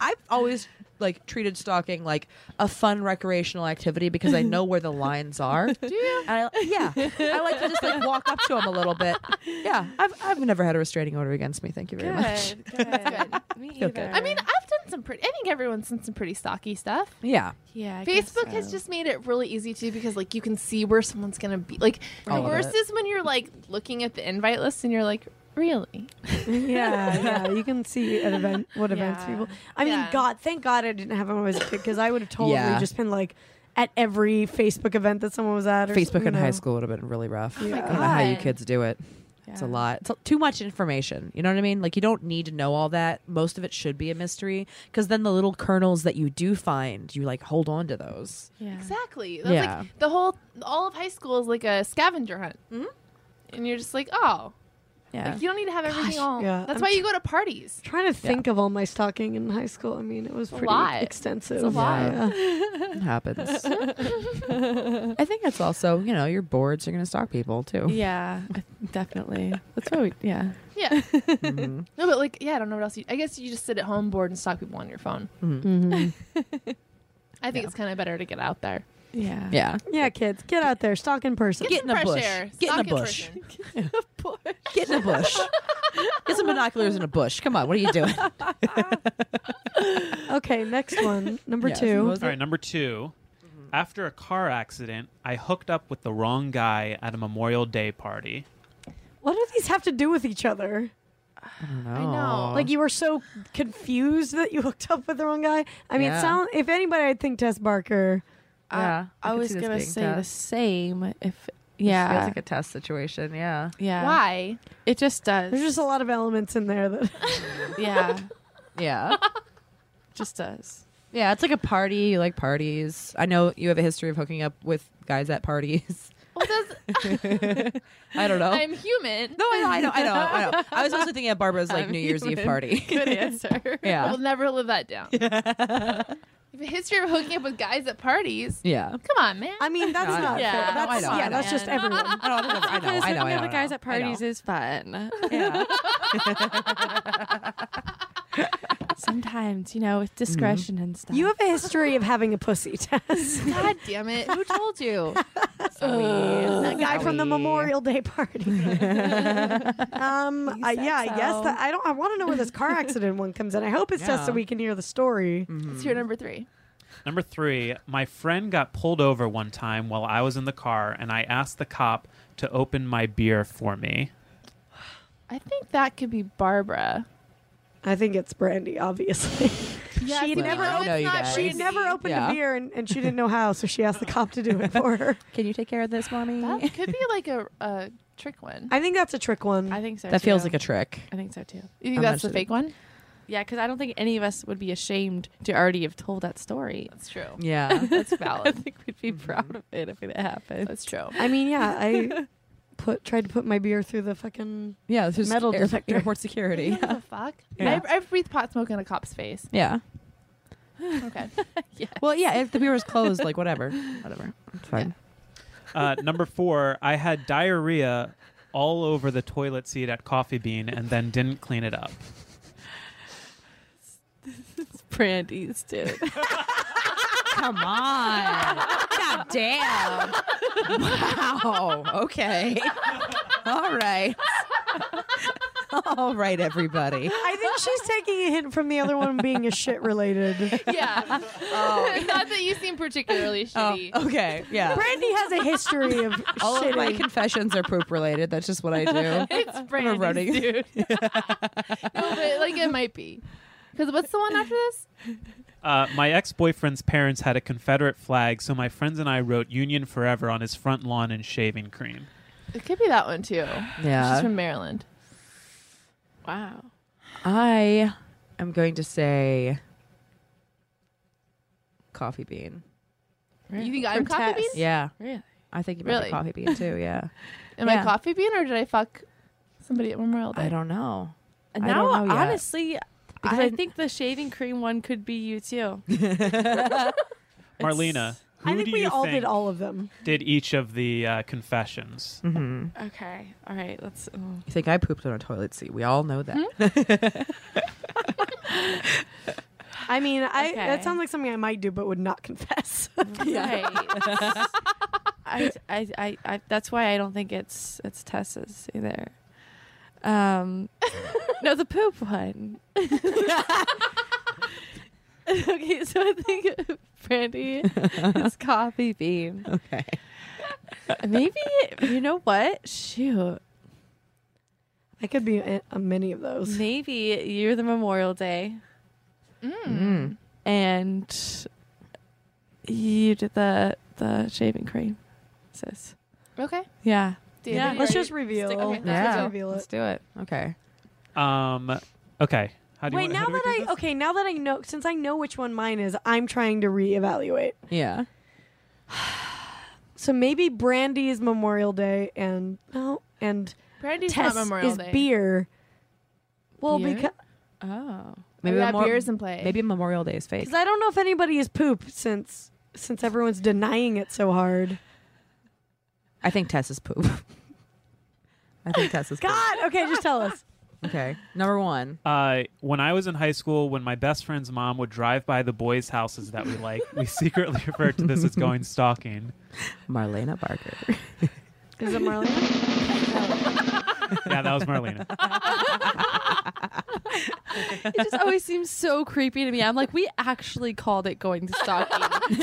I've always like treated stalking like a fun recreational activity because I know where the lines are.
Do you?
I, yeah, I like to just like walk up to them a little bit. Yeah, I've I've never had a restraining order against me. Thank you very much.
Good, good. Me
Feel good.
either.
I mean, I've done some pretty I think everyone's done some pretty stalky stuff.
Yeah,
yeah. I guess
Facebook has
so.
just made it really easy too because like you can see where someone's gonna be. Like the
All of
worst
it.
is when you're like looking at the invite list and you're like, really?
Yeah, yeah. You can see at event what events
Yeah.
people. I mean,
Yeah.
God, thank God I didn't have them when I was a kid because I would have totally
Yeah.
just been like at every Facebook event that someone was at. Or
Facebook in
you
high
know.
school would have been really rough.
Yeah.
I don't know how you
Oh God.
kids do it. It's a
Yeah.
lot. It's a- too much information. You know what I mean? Like you don't need to know all that. Most of it should be a mystery because then the little kernels that you do find, you like hold on to those.
Yeah.
Exactly. That's
Yeah.
like the whole all of high school is like a scavenger hunt.
Mm-hmm.
And you're just like, oh,
Yeah.
like, you don't need to have everything all.
yeah.
That's
I'm
why you go to parties.
Trying to think of all my stalking in high school. I mean, it was pretty
lot.
extensive.
It's a lot.
Yeah.
It happens. I think it's also you know you're bored, so you're gonna stalk people too.
Yeah, definitely. That's what we. Yeah.
Yeah.
Mm-hmm.
No, but like, yeah, I don't know what else. You, I guess you just sit at home bored and stalk people on your phone. I think it's kind of better to get out there.
Yeah.
Yeah.
Yeah, kids, get out there, stalk in person.
Get
some
in a
fresh
bush.
air.
Get in a
Stalk
bush.
person.
Get in a bush. Get some binoculars in a bush. Come on, what are you doing?
Okay, next one, number
Yes, what
two.
was
All right,
it?
number 2 After a car accident, I hooked up with the wrong guy at a Memorial Day party.
What do these have to do with each other?
I
Uh-huh.
know.
Like you were so confused that you hooked up with the wrong guy. I mean, it
Yeah.
sound if anybody, I'd think Tess Barker.
I-
Yeah, I
I,
could
was
see this
gonna
being
say the
tough.
same. If yeah,
Feels like a test situation. Yeah.
yeah.
Why?
It just does.
There's just a lot of elements in there that
Yeah.
Yeah.
just does.
Yeah, it's like a party. You like parties. I know you have a history of hooking up with guys at parties.
Well, does
I don't know.
I'm human.
no, I know, I know, I know, I know. I was also thinking of Barbara's like New Year's Eve party.
Good answer.
Yeah.
I will never live that down. If a history of hooking up with guys at parties.
Yeah.
Come on, man.
I mean, that's
No, I know.
not
Yeah.
fair.
No, I
That's,
know, I
yeah,
know.
that's just everyone.
I don't. I know. Oh, I know. I know. I know.
the guys at
I know.
parties is fun.
Yeah.
Sometimes you know with discretion and stuff.
You have a history of having a pussy, Tess.
God damn it. Who told you?
that guy from the Memorial Day party. um, uh, yeah, I guess
so.
that I don't. I want to know where this car accident one comes in. I hope it's Tess so
Yeah. Mm.
we can hear the story.
It's
Hmm.
your number three.
Number three, my friend got pulled over one time while I was in the car, and I asked the cop to open my beer for me.
I think that could be Barbara.
I think it's Brandy, obviously. she
think
never
I
opened.
know you guys.
She never opened a
Yeah.
beer, and, and she didn't know how, so she asked the cop to do it for her.
Can you take care of this, mommy?
That could be like a, a trick one.
I think that's a trick one.
I think so.
That feels
too.
like a trick.
I think so too.
You think
I'm
that's
not
the
sure.
fake one?
Yeah, because I don't think any of us would be ashamed to already have told that story.
That's true.
Yeah.
That's
I
valid.
think we'd be proud of it if it happened.
That's true.
I mean, yeah, I put tried to put my beer through the fucking.
Yeah. This is
Metal
air-
detector.
airport security.
What the fuck?
Yeah.
I, I've breathed pot smoke in a cop's face.
Yeah.
Okay.
Well, yeah. If the beer was closed, like whatever, whatever. It's fine.
Uh, number four, I had diarrhea all over the toilet seat at Coffee Bean and then didn't clean it up.
Brandy's, dude.
Come on. God damn. Wow. Okay. All right. All right, everybody.
I think she's taking a hint from the other one being a shit related.
Yeah. Oh. Not that you seem particularly
Oh.
shitty.
okay. Yeah.
Brandy has a history of
All
shitting.
of my confessions are poop related. That's just what I do.
It's Brandy's,
running.
dude. no, but like it might be. Because what's the one after this?
Uh, my ex boyfriend's parents had a Confederate flag, so my friends and I wrote Union Forever on his front lawn in shaving cream.
It could be that one too. She's
Yeah.
from Maryland.
wow.
I am going to say coffee bean.
You think I'm coffee bean?
Yeah.
Really?
I think you might
Really?
be coffee bean too. Yeah.
Am I
Yeah.
coffee bean or did I fuck somebody at Memorial Day?
I don't know. I
Now,
don't know yet.
honestly,
Because
I,
I-
think the shaving cream one could be you too.
Marlena, who
I think
do
we
you
all
think
did all of them.
did each of the uh, confessions?
Mm-hmm.
Okay. All right. Let's. oh.
You think I pooped on a toilet seat? We all know that.
I mean, I
Okay.
that sounds like something I might do, but would not confess.
Right. I, I, I, I, that's why I don't think it's it's Tessa's either. Um, no, the poop one. okay, so I think Brandy is coffee bean.
Okay.
Maybe you know what? Shoot,
I could be a, a many of those.
maybe you're the Memorial Day
Mm.
and you did the the shaving cream, sis.
Okay.
Yeah,
David,
Yeah.
you
Let's
already-
just reveal.
stick- okay,
let's
Let's
go.
reveal
Let's
it.
do it. Okay.
Um. Okay. How do
Wait,
you,
now
how do we
that
do
I
this?
okay, now that I know, since I know which one mine is, I'm trying to reevaluate.
Yeah.
So maybe Brandy is Memorial Day, and no, and
Brandy's
Tess
not Memorial
is
Day.
beer. Well,
Beer?
because
Oh,
Maybe
Maybe
that
Memor-
beer is in play.
maybe Memorial Day is fake.
I don't know if anybody is poop since since everyone's denying it so hard.
I think Tess is poop. I think Tess is poop.
God, okay, just tell us.
Okay. Number one.
Uh, when I was in high school, when my best friend's mom would drive by the boys' houses that we like, we secretly referred to this as going stalking.
Marlena Barker.
Is it Marlena?
Yeah, that was Marlena.
it just always seems so creepy to me. I'm like, we actually called it going to stalking,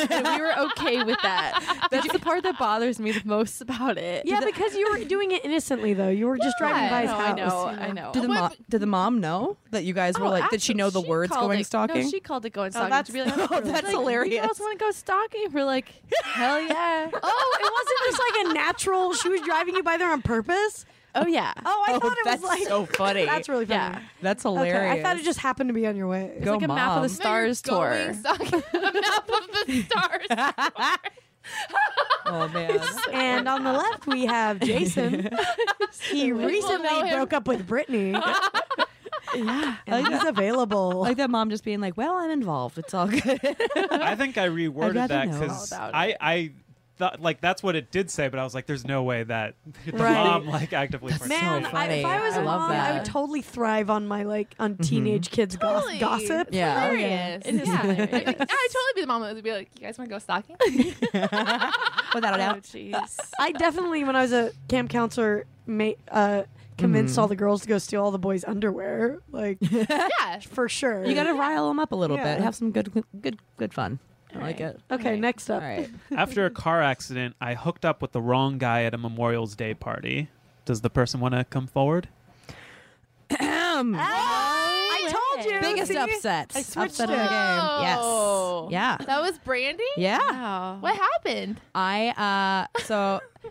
and we were okay with that. That's the part that bothers me the most about it.
yeah, because you were doing it innocently though. You were just driving by his
No,
house.
I know, I know.
Did the mom? Did the mom know that you guys were
Oh,
like? Did she know the
actually,
words
called
going
it-
stalking?
No, she called it going stalking.
that's-
She'd be like,
oh, that's
like, You
hilarious.
girls want to go stalking? We're like, hell yeah.
Oh, it wasn't just like a natural. She was driving you by there on purpose.
oh yeah.
Oh, I
Oh,
thought it
that's
was like
so funny.
That's really funny.
Yeah.
That's
Okay,
hilarious.
I thought it just happened to be on your way.
Go
like a map of the
mom.
st-
No, you're
Stars
going
tour.
stalking. A map of the stars.
oh man.
And on the left we have Jason. he
know
recently
him.
broke up with Brittany. yeah, and
like
he's available.
like that mom just being like, "Well, I'm involved. It's all good."
I think I reworded
rather
that
know
because
all about
I, I thought like that's what it did say, but I was like, "There's no way that the
Right.
mom like actively."
Man,
participated.
I, if I
funny.
was a
I love
mom, I
that. Mm-hmm.
would totally thrive on my like on teenage kids gos-
Totally.
gossip.
Yeah. Oh,
Hilarious.
It is
yeah.
hilarious.
I'd be like, yeah, I'd totally be the mom that would be like, "You guys want to go stalking?"
Without a
Oh
doubt.
jeez.
I definitely, when I was a camp counselor, ma- uh, convinced
Mm-hmm.
all the girls to go steal all the boys' underwear. Like
yeah.
for sure.
You got to rile them up a little
Yeah.
bit. Have some good, good, good fun. I like it.
okay. Next
All
up,
right.
After a car accident, I hooked up with the wrong guy at a Memorial's Day party. Does the person want to come forward?
Ah, I told you.
Biggest
see?
upset.
I switched
upset of the game.
it.
Oh.
Yes. Yeah.
That was Brandy.
Yeah.
Wow.
What happened?
I uh so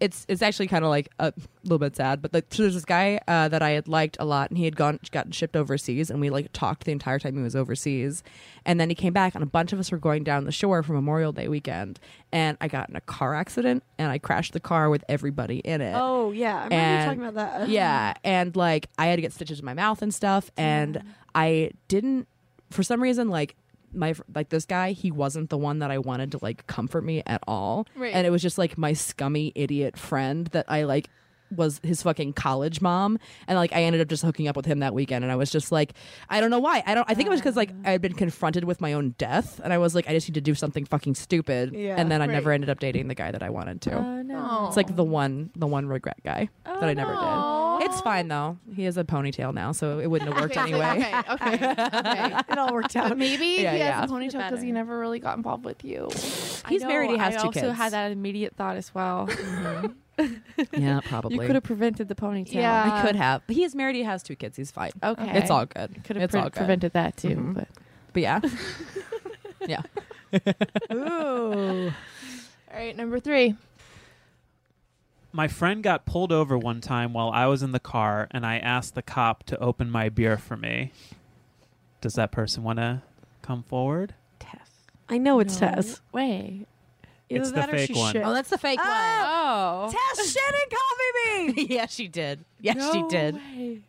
it's it's actually kind of like a little bit sad, but like, so there's this guy uh, that I had liked a lot, and he had gone gotten shipped overseas, and we like talked the entire time he was overseas, and then he came back, and a bunch of us were going down the shore for Memorial Day weekend, and I got in a car accident, and I crashed the car with everybody in it.
Oh yeah, I remember you
And-
talking about that.
Yeah, and like I had to get stitches in my mouth and stuff, and I didn't for some reason like my fr- like this guy he wasn't the one that I wanted to like comfort me at all,
Right.
and it was just like my scummy idiot friend that I like was his fucking college mom and like I ended up just hooking up with him that weekend and I was just like I don't know why I don't I think it was because like
Ah.
I had been confronted with my own death and I was like I just need to do something fucking stupid
Yeah,
and then I
right.
never ended up dating the guy that I wanted to
Oh no.
Oh.
it's like the one the one regret guy
Oh,
that I never did
Aw.
it's fine though. He has a ponytail now, so it wouldn't have worked
Okay,
anyway.
Okay, okay, okay.
it all worked
But
out.
maybe
Yeah,
he
yeah.
has a ponytail because he never really got involved with you.
I
He's
know,
married. He has
I
two
also
kids.
had that immediate thought as well.
Yeah, probably.
you could have prevented the ponytail.
Yeah.
I could have. He is married. He has two kids. He's fine.
Okay.
It's all good.
Could have
it's
pre-
all good.
prevented that too.
Mhm.
But
But yeah,
All right, number three.
My friend got pulled over one time while I was in the car, and I asked the cop to open my beer for me. Does that person want to come forward?
I know it's Tess.
way.
Either
It's the
that or
fake
she
one.
shit.
Oh, that's the fake
Oh.
Tess Shannon copied me. yeah, she did. Yes, she did.
Way.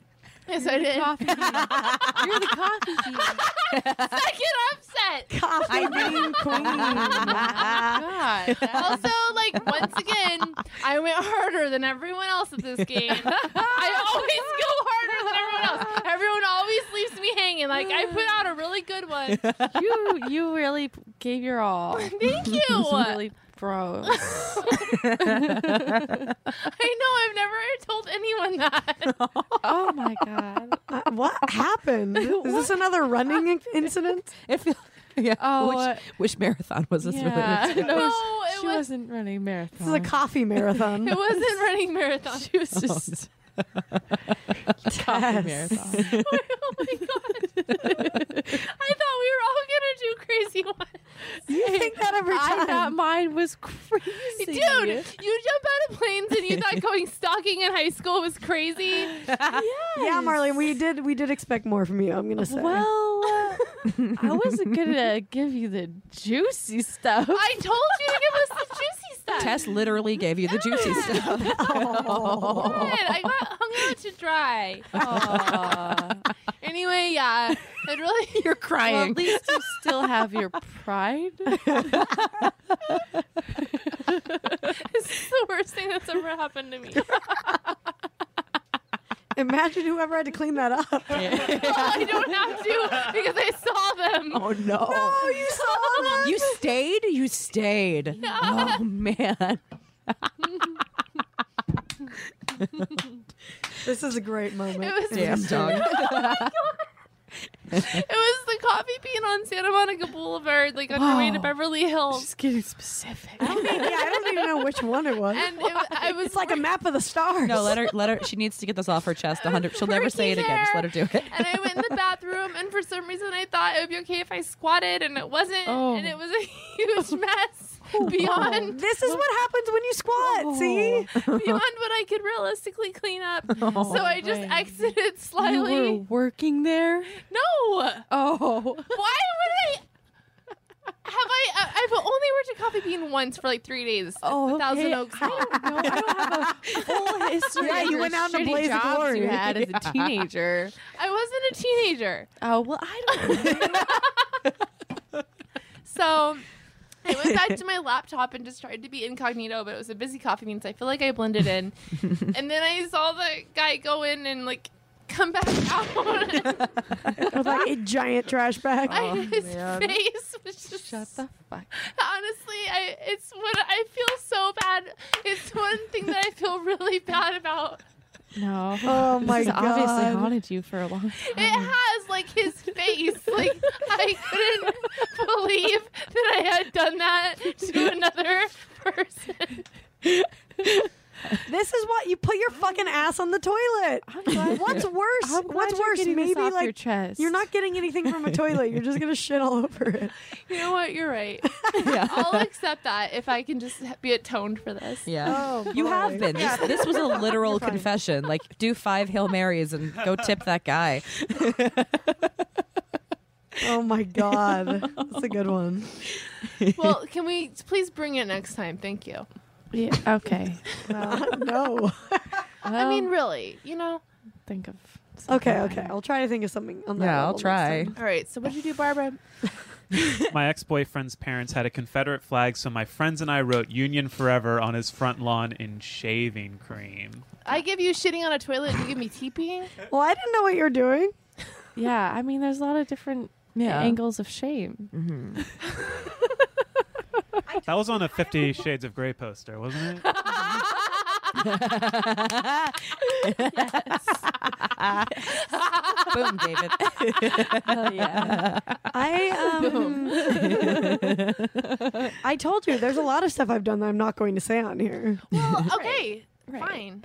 Yes, I did.
Coffee. bean. You're the coffee bean.
Second upset. Oh
Coffee bean queen.
God. Also, like once again, I went harder than everyone else at this game. I always go harder than everyone else. Everyone always leaves me hanging. Like I put out a really good one.
You you really p- gave your all.
Thank
This is
you.
really bro.
I know. I've never told anyone that.
Oh my god.
Uh, what happened? Is this another running incident?
It feel- yeah.
Oh, uh,
which, which marathon was this
yeah.
related? to?
No,
No,
she
it was.
wasn't running marathon.
This is a coffee
It
marathon.
wasn't running marathon.
She was just
Tess.
Marathon.
oh my god! I thought we were all gonna do crazy ones.
You think that every
I thought
time?
mine was crazy.
Dude, you jump out of planes and you thought going stalking in high school was crazy.
Yeah, Marley, we did. We did expect more from you. I'm gonna say.
Well, uh, I wasn't gonna give you the juicy stuff.
I told you to give us the juicy stuff.
Tess literally gave you the juicy stuff.
Good. I got hung out to dry.
Aw.
Anyway, yeah, it really.
You're
well,
crying.
at least you still have your pride.
This is the worst thing that's ever happened to me.
Imagine whoever had to clean that up.
I don't have to because I saw them.
oh no.
Oh, you saw
You stayed. You stayed. Oh man.
This is a great
It
moment.
was
Damn dog.
it was the coffee bean on Santa Monica Boulevard, like on your way to
Wow.
Beverly Hills.
getting specific.
I don't even, yeah, I don't even know which one it was.
And it, wa- I was
It's like a map of the stars.
No, let her. Let her. She needs to get this off her chest. 100. She'll never say it
Working
again. Just
there.
let her do it.
and I went in the bathroom, and for some reason I thought it would be okay if I squatted, and it wasn't,
Oh.
and it was a huge mess beyond
This is what happens when you squat.
Oh.
See,
beyond what I could realistically clean up. so I just
Oh, man.
exited
You
slyly.
were working there.
No,
Oh,
why would I? Have I? I- I've only worked at Coffee Bean once for like three days.
oh,
at Thousand
okay.
Oaks.
I don't know. I don't have a full history.
Yeah,
of
you
your
went out in a
shitty
blaze of
jobs
glory.
You had as a teenager.
I wasn't a teenager.
Oh well, I don't.
So I went back to my laptop and just tried to be incognito, but it was a busy coffee bean, so I feel like I blended in. and then I saw the guy go in and like come back out.
with like a giant trash bag.
I, his face was just
Oh, Shut the fuck.
honestly, I it's what I feel so bad. It's one thing that I feel really bad about.
No.
Oh my
this has
god!
obviously haunted you for a long
It
Um,
has like his face. Like I couldn't believe that I had done that to another person.
This is what you put your fucking ass on the toilet. What's worse?
I'm glad
What's
you're
worse?
getting this
Maybe
off
like
your chest.
you're not getting anything from a toilet. You're just gonna shit all over it.
You know what? You're right. I'll accept that if I can just be atoned for this.
Yeah.
Oh,
You
boy.
have been. This, this was a literal confession. Like, do five Hail Marys and go tip that guy.
Oh my god, that's a good one.
Well, can we please bring it next time? Thank you.
Yeah, okay.
Uh, no.
I
Well,
mean, really, you know.
think of. something
Okay,
better.
okay. I'll try to think of something on that.
Yeah, I'll
level next
try.
time.
All right. So what'd you do, Barbara?
my ex boyfriend's parents had a Confederate flag, so my friends and I wrote Union Forever on his front lawn in shaving cream.
I give you shitting on a toilet. You give me teepeeing.
Well, I didn't know what you were doing.
Yeah, I mean, there's a lot of different
Yeah.
angles of shame.
That was on a Fifty Shades of Grey poster, wasn't it?
Boom, David.
I um, I told you there's a lot of stuff I've done that I'm not going to say on here.
Well, okay, fine.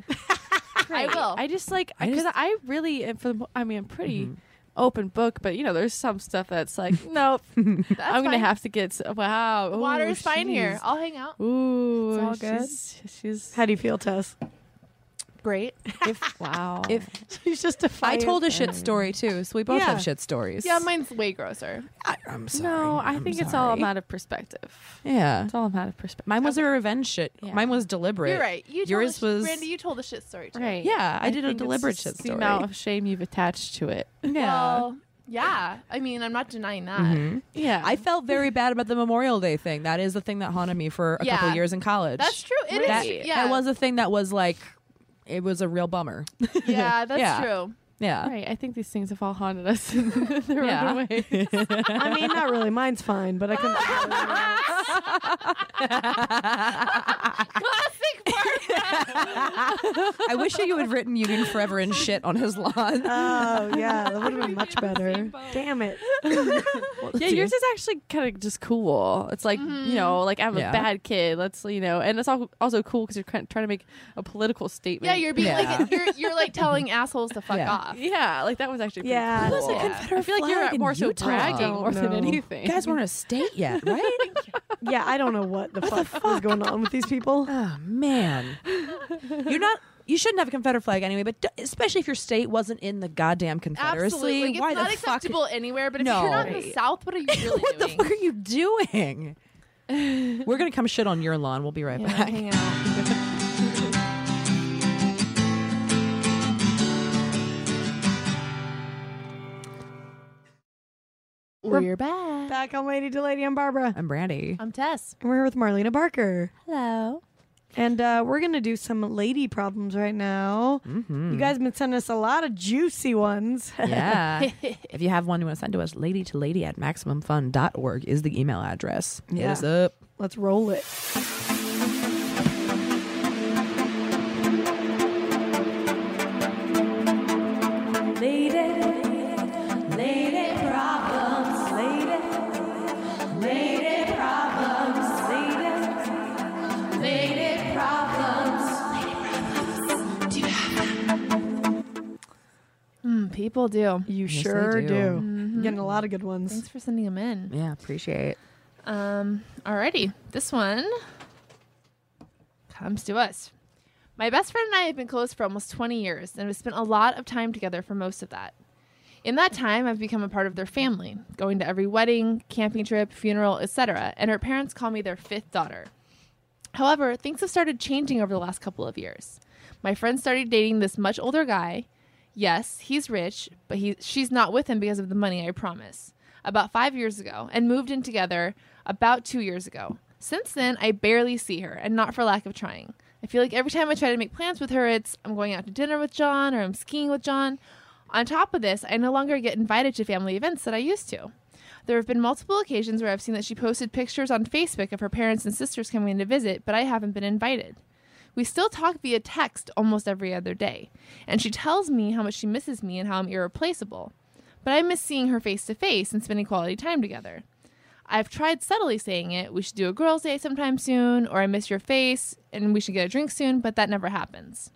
I will.
I just like
I
because I,
just- Mm-hmm.
really am for the. mo- I mean, I'm pretty open book, but you know, there's some stuff that's like, nope,
That's
I'm gonna
fine.
have to get. s wow, ooh,
water is fine here.
she's-
I'll hang out.
Ooh,
It's all good.
She's, she's
How do you feel, Tess?
Great.
wow.
If
She's just
I
defiant.
told a shit story too, so we both
Yeah.
have shit stories.
Yeah, mine's way grosser.
I, am sorry.
no, I
I'm
think it's all
sorry.
a matter of perspective.
Yeah,
It's all a matter of perspective.
mine was a revenge shit.
Yeah.
Mine was deliberate.
You're right. You told
Yours
a sh-
was-
Randy. You told a shit story too.
Right.
Yeah, I did a
think it's
deliberate
just
shit
The
story.
amount of shame you've attached to it.
Yeah. Mm-hmm.
Well, yeah. I mean, I'm not denying that.
Yeah.
I felt very bad about the Memorial Day thing. That is the thing that haunted me for a
Yeah.
couple years in college.
That's true. It is.
That,
Yeah.
that was a thing that was like, it was a real bummer.
Yeah, that's
Yeah.
true.
Yeah.
Right. I think these things have all haunted us in their
Yeah.
own way.
I mean, not really. Mine's fine, but I couldn't.
Classic
I wish that you had written Union Forever and shit on his lawn.
oh yeah, that would have been much better. Damn it.
yeah, yours is actually kind of just cool. It's like you know, like I'm
Yeah.
a bad kid. Let's you know, and it's al- also cool because you're kind of trying to make a political statement.
Yeah, you're being
Yeah.
like you're you're like telling assholes to fuck
Yeah.
off.
yeah, like that was actually pretty
Yeah.
Cool.
Who
has a Confederate
I feel like
flag
you're
in
more so
Utah?
bragging more than
No.
anything.
You guys weren't a state yet, right?
Yeah, I don't know what the fuck, is going on with these people.
oh man, you're not. You shouldn't have a Confederate flag anyway, but d- especially if your state wasn't in the goddamn Confederacy.
Absolutely. Like, it's
Why
not
the fuck?
acceptable anywhere, but if
No.
you're not in the South, what are you really
what the
doing?
fuck are you doing? We're gonna come shit on your lawn. We'll be right back.
Hang out. We're back.
Back on Lady to Lady, I'm Barbara.
I'm Brandy.
I'm Tess.
And we're here with Marlena Barker.
Hello.
And uh, we're going to do some lady problems right now. You guys have been sending us a lot of juicy ones.
Yeah. if you have one you want to send to us, lady to lady at maximumfun.org is the email address. Hit
Yeah.
us up.
Let's roll it.
Lady, lady problems, lady, lady problems, lady, lady problems.
people do.
You
Yes, they
sure do.
do.
Mm-hmm.
Getting a lot of good ones.
Thanks for sending them in.
Yeah, appreciate.
Um, alrighty. This one comes to us. My best friend and I have been close for almost 20 years, and we've spent a lot of time together for most of that. In that time, I've become a part of their family, going to every wedding, camping trip, funeral, etc., and her parents call me their fifth daughter. However, things have started changing over the last couple of years. My friend started dating this much older guy. Yes, he's rich, but he she's not with him because of the money, I promise. About 5 years ago and moved in together about 2 years ago. Since then, I barely see her and not for lack of trying. I feel like every time I try to make plans with her, it's I'm going out to dinner with John or I'm skiing with John. On top of this, I no longer get invited to family events that I used to. There have been multiple occasions where I've seen that she posted pictures on Facebook of her parents and sisters coming to visit, but I haven't been invited. We still talk via text almost every other day, and she tells me how much she misses me and how I'm irreplaceable. But I miss seeing her face to face and spending quality time together. I've tried subtly saying it. We should do a girls' day sometime soon, or I miss your face, and we should get a drink soon, but that never happens.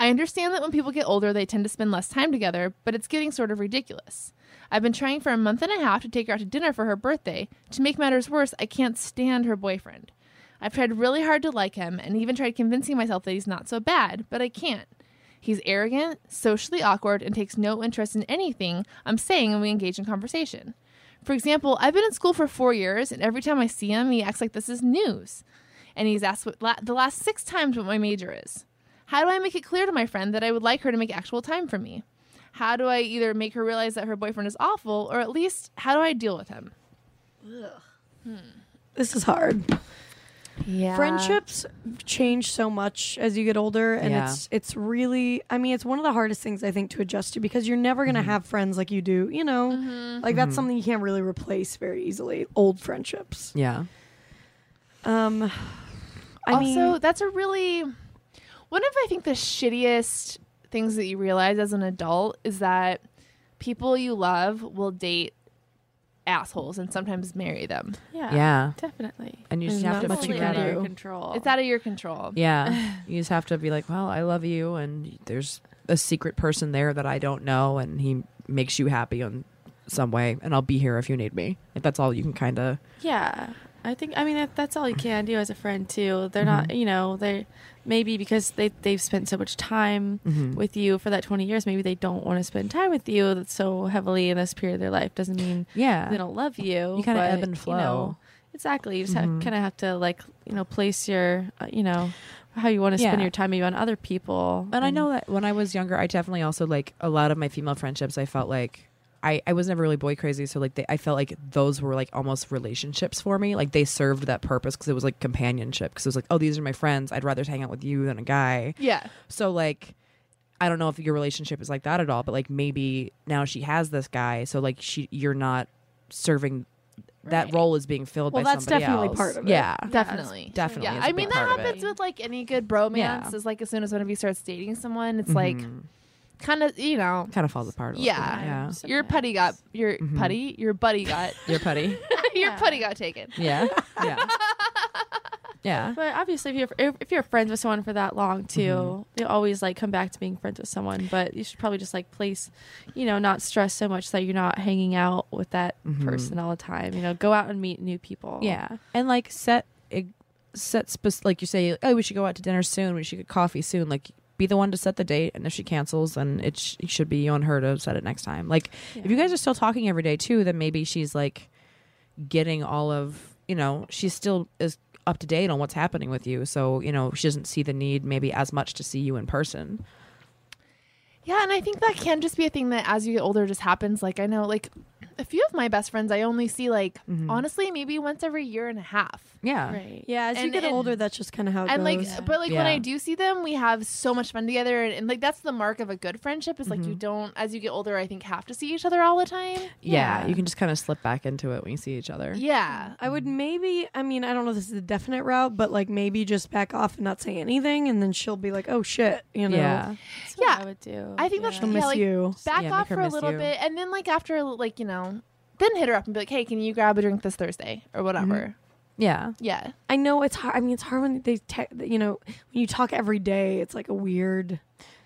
I understand that when people get older, they tend to spend less time together, but it's getting sort of ridiculous. I've been trying for a month and a half to take her out to dinner for her birthday. To make matters worse, I can't stand her boyfriend. I've tried really hard to like him and even tried convincing myself that he's not so bad, but I can't. He's arrogant, socially awkward, and takes no interest in anything I'm saying when we engage in conversation. For example, I've been in school for four years, and every time I see him, he acts like this is news. And he's asked what la- the last six times what my major is. How do I make it clear to my friend that I would like her to make actual time for me? How do I either make her realize that her boyfriend is awful, or at least how do I deal with him?
This is hard.
Yeah.
Friendships change so much as you get older, and
Yeah.
it's it's really. I mean, it's one of the hardest things I think to adjust to because you're never gonna have friends like you do. You know, like that's something you can't really replace very easily. Old friendships.
Yeah.
Um, I
also,
mean,
that's a really one of I think the shittiest things that you realize as an adult is that people you love will date assholes and sometimes marry them.
Yeah.
Yeah. Definitely.
And you
There's
just have to
not much
figure
you
it
Totally out
can
of your
out.
do.
control.
It's out of your control.
Yeah. you just have to be like, well, I love you, and there's a secret person there that I don't know, and he makes you happy in some way, and I'll be here if you need me. Like, that's all you can kind of.
Yeah, I think I mean that, that's all you can do as a friend too. They're
Mm-hmm.
not, you know, they maybe because they they've spent so much time
Mm-hmm.
with you for that twenty years. Maybe they don't want to spend time with you that's so heavily in this period of their life. Doesn't mean
Yeah.
they don't love you.
You kinda
but,
ebb and
you
flow. Mm-hmm.
know, exactly. You just ha- kind of have to like you know place your uh, you know how you want to spend
Yeah.
your time maybe on other people.
And I know that when I was younger, I definitely also like a lot of my female friendships. I felt like I, I was never really boy crazy, so like they, I felt like those were like almost relationships for me. Like they served that purpose because it was like companionship. Because it was like, oh, these are my friends. I'd rather hang out with you than a guy.
Yeah.
So like, I don't know if your relationship is like that at all, but like maybe now she has this guy, so like she you're not serving that role is being filled
Well,
by
that's
somebody
definitely
else.
part of it.
Yeah.
Definitely.
Definitely
Yeah.
is a
I
big
mean
part
that
of it.
happens with like any good bromance
Yeah.
is like as soon as one of you starts dating someone, it's like kind of you know
Kind of falls apart. A little
Yeah.
Bit. Yeah. Mm-hmm.
your putty got your putty, your buddy got
Your putty.
your putty got taken.
Yeah. Yeah. yeah.
But obviously, if you're if- if you're friends with someone for that long too,
Mm-hmm.
you always like come back to being friends with someone. But you should probably just like place, you know, not stress so much that you're not hanging out with that person all the time. You know, go out and meet new people.
Mm-hmm. Yeah, and like set ig- set spec- like you say, oh, we should go out to dinner soon. We should get coffee soon. Like be the one to set the date, and if she cancels, then it, sh- it should be on her to set it next time. Like if you guys are still talking every day too, then maybe she's like getting all of you know she still is up to date on what's happening with you. So you know she doesn't see the need maybe as much to see you in person.
Yeah, and I think that can just be a thing that as you get older just happens. Like I know like a few of my best friends I only see like
Mm-hmm.
honestly maybe once every year and a half.
Yeah,
Right.
yeah, as you
and-
get
and-
older, that's just kind of how it
And like
goes.
but like
Yeah.
when I do see them, we have so much fun together and, and like that's the mark of a good friendship is like
Mm-hmm.
you don't as you get older I think have to see each other all the time.
yeah. You can just kind of slip back into it when you see each other.
Yeah.
I would maybe, I mean, I don't know if this is a definite route, but like maybe just back off and not say anything, and then she'll be like, oh shit, you know,
Yeah.
That's what
Yeah.
I would do.
I think that's
Yeah.
she'll miss
Oh, like,
you.
Back
Yeah, make
off
her
for a
miss
little
you.
bit and then like after like, you know, then hit her up and be like, Hey, can you grab a drink this Thursday
Mm-hmm.
or whatever?
Yeah.
Yeah.
I know it's hard. I mean, it's hard when they, te- you know, when you talk every day, it's like a weird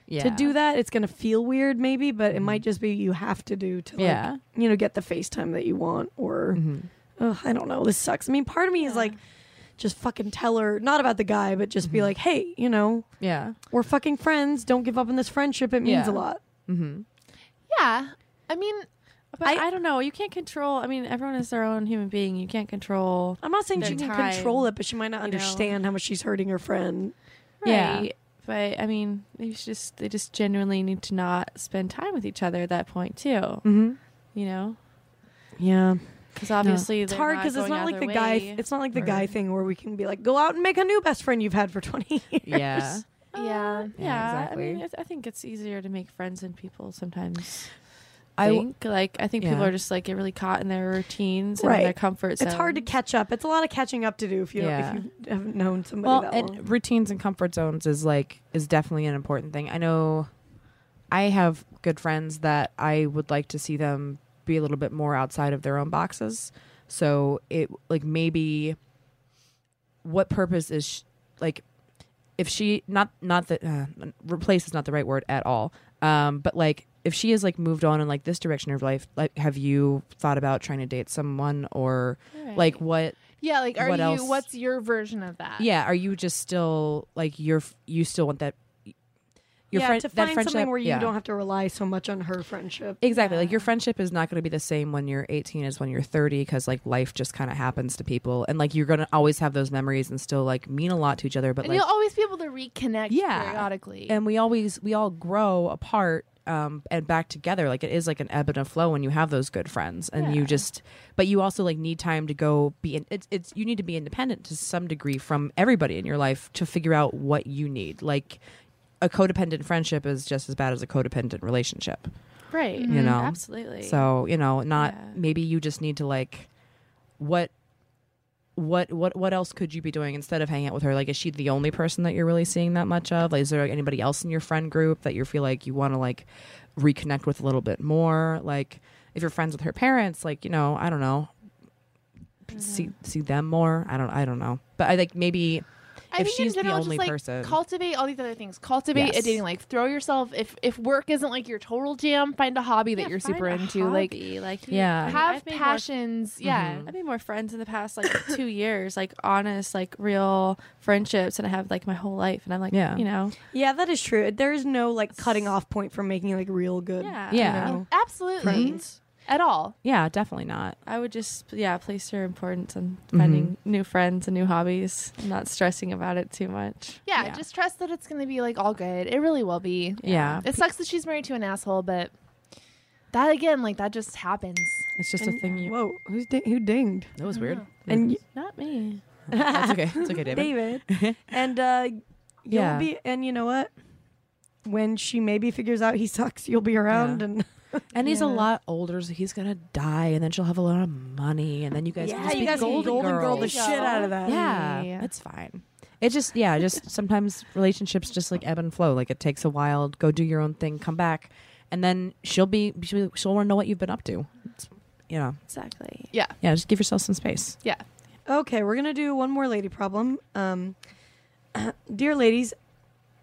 Yeah. Mm-hmm.
to do that. It's gonna feel weird, maybe, but it might just be you have to do to, like,
Yeah. Mm-hmm.
you know, get the FaceTime that you want, or Ugh, I don't know. This sucks. I mean, part of me is like, just fucking tell her not about the guy, but just
Mm-hmm.
be like, hey, you know,
Yeah.
we're fucking friends. Don't give up on this friendship. It means
Yeah.
a lot.
Mm-hmm.
Yeah. I mean
But I, don't know. You can't control. I mean, everyone is their own human being. You can't control.
I'm not saying
Their
she can
time,
control it, but she might not
you know.
understand how much she's hurting her friend.
Yeah.
Right. But I mean, they just they just genuinely need to not spend time with each other at that point too.
Mm-hmm.
You know,
Yeah,
because obviously
it's hard because
because
it's not like the guy. It's not like the guy thing where we can be like, go out and make a new best friend you've had for 20 years.
Yeah.
Yeah.
Yeah,
yeah,
exactly.
I mean, it's, I think it's easier to make friends than people sometimes
I w-
think. like, I think
Yeah.
people are just like get really caught in their routines and
Right.
in their comfort zone.
It's hard to catch up. It's a lot of catching up to do if you
Yeah.
if you haven't known somebody
well
that
and
long.
routines and comfort zones is like is definitely an important thing i know i have good friends that i would like to see them be a little bit more outside of their own boxes So it like maybe what purpose is sh like if she not not that uh, replace is not the right word at all. Um, but like if she has like moved on in like this direction of life, like have you thought about trying to date someone or like what?
yeah, like are
what
you?
else?
What's your version of that?
Yeah, are you just still like you're f- you still want that?
yeah,
friend-
to
that
find
friendship-
something where you
yeah.
don't have to rely so much on her friendship.
Exactly. Like your friendship is not going to be the same when you're 18 as when you're 30 because like life just kind of happens to people and like you're going to always have those memories and still like mean a lot to each other. But
and
like,
you'll always be able to reconnect
Yeah.
periodically.
and we always we all grow apart um, and back together. Like it is like an ebb and a flow when you have those good friends and you just. But you also like need time to go be. In, it's it's you need to be independent to some degree from everybody in your life to figure out what you need. Like a codependent friendship is just as bad as a codependent relationship.
right.
You know.
absolutely.
So you know, not
Yeah.
maybe you just need to like, what, what, what, what else could you be doing instead of hanging out with her? Like, is she the only person that you're really seeing that much of? Like, is there like, anybody else in your friend group that you feel like you want to like reconnect with a little bit more? Like, if you're friends with her parents, like you know, I don't know, see see them more. I don't, I don't know, but I like maybe
I
if
think in
she's the
general,
only
just, like,
person.
cultivate all these other things. Cultivate a
Yes.
dating life. Throw yourself. If if work isn't like your total jam, find a hobby that you're super into. Like
like
Yeah.
have passions. Yeah.
Mm-hmm.
I've made more friends in the past like two years, like honest, like real friendships, and I have like my whole life, and I'm like,
Yeah.
you know,
Yeah, that is true. There is no like cutting off point for making like real good.
yeah,
Yeah.
you know,
Absolutely. At all.
yeah, definitely not.
I would just yeah place your importance on finding new friends and new hobbies, and not stressing about it too much.
Yeah, Just trust that it's going to be like all good. It really will be.
Yeah.
It sucks that she's married to an asshole, but that again, like that just happens.
It's just a thing. You
Whoa, who's ding- who dinged?
that was weird.
And y-
Not me.
That's okay. It's okay, David.
David. and uh, you'll
Yeah.
be. And you know what? When she maybe figures out he sucks, you'll be around.
Yeah.
And
And he's a
Yeah.
lot older, so he's gonna die, and then she'll have a lot of money, and then you guys can just be golden,
girl the
girls.
shit out of that.
Yeah, that's fine. It just yeah, just sometimes relationships just like ebb and flow. Like it takes a while. Go do your own thing, come back, and then she'll be she'll, she'll want to know what you've been up to. It's, you know,
Exactly.
Yeah.
yeah, just give yourself some space.
Yeah.
Okay, we're gonna do one more lady problem. Um, dear ladies,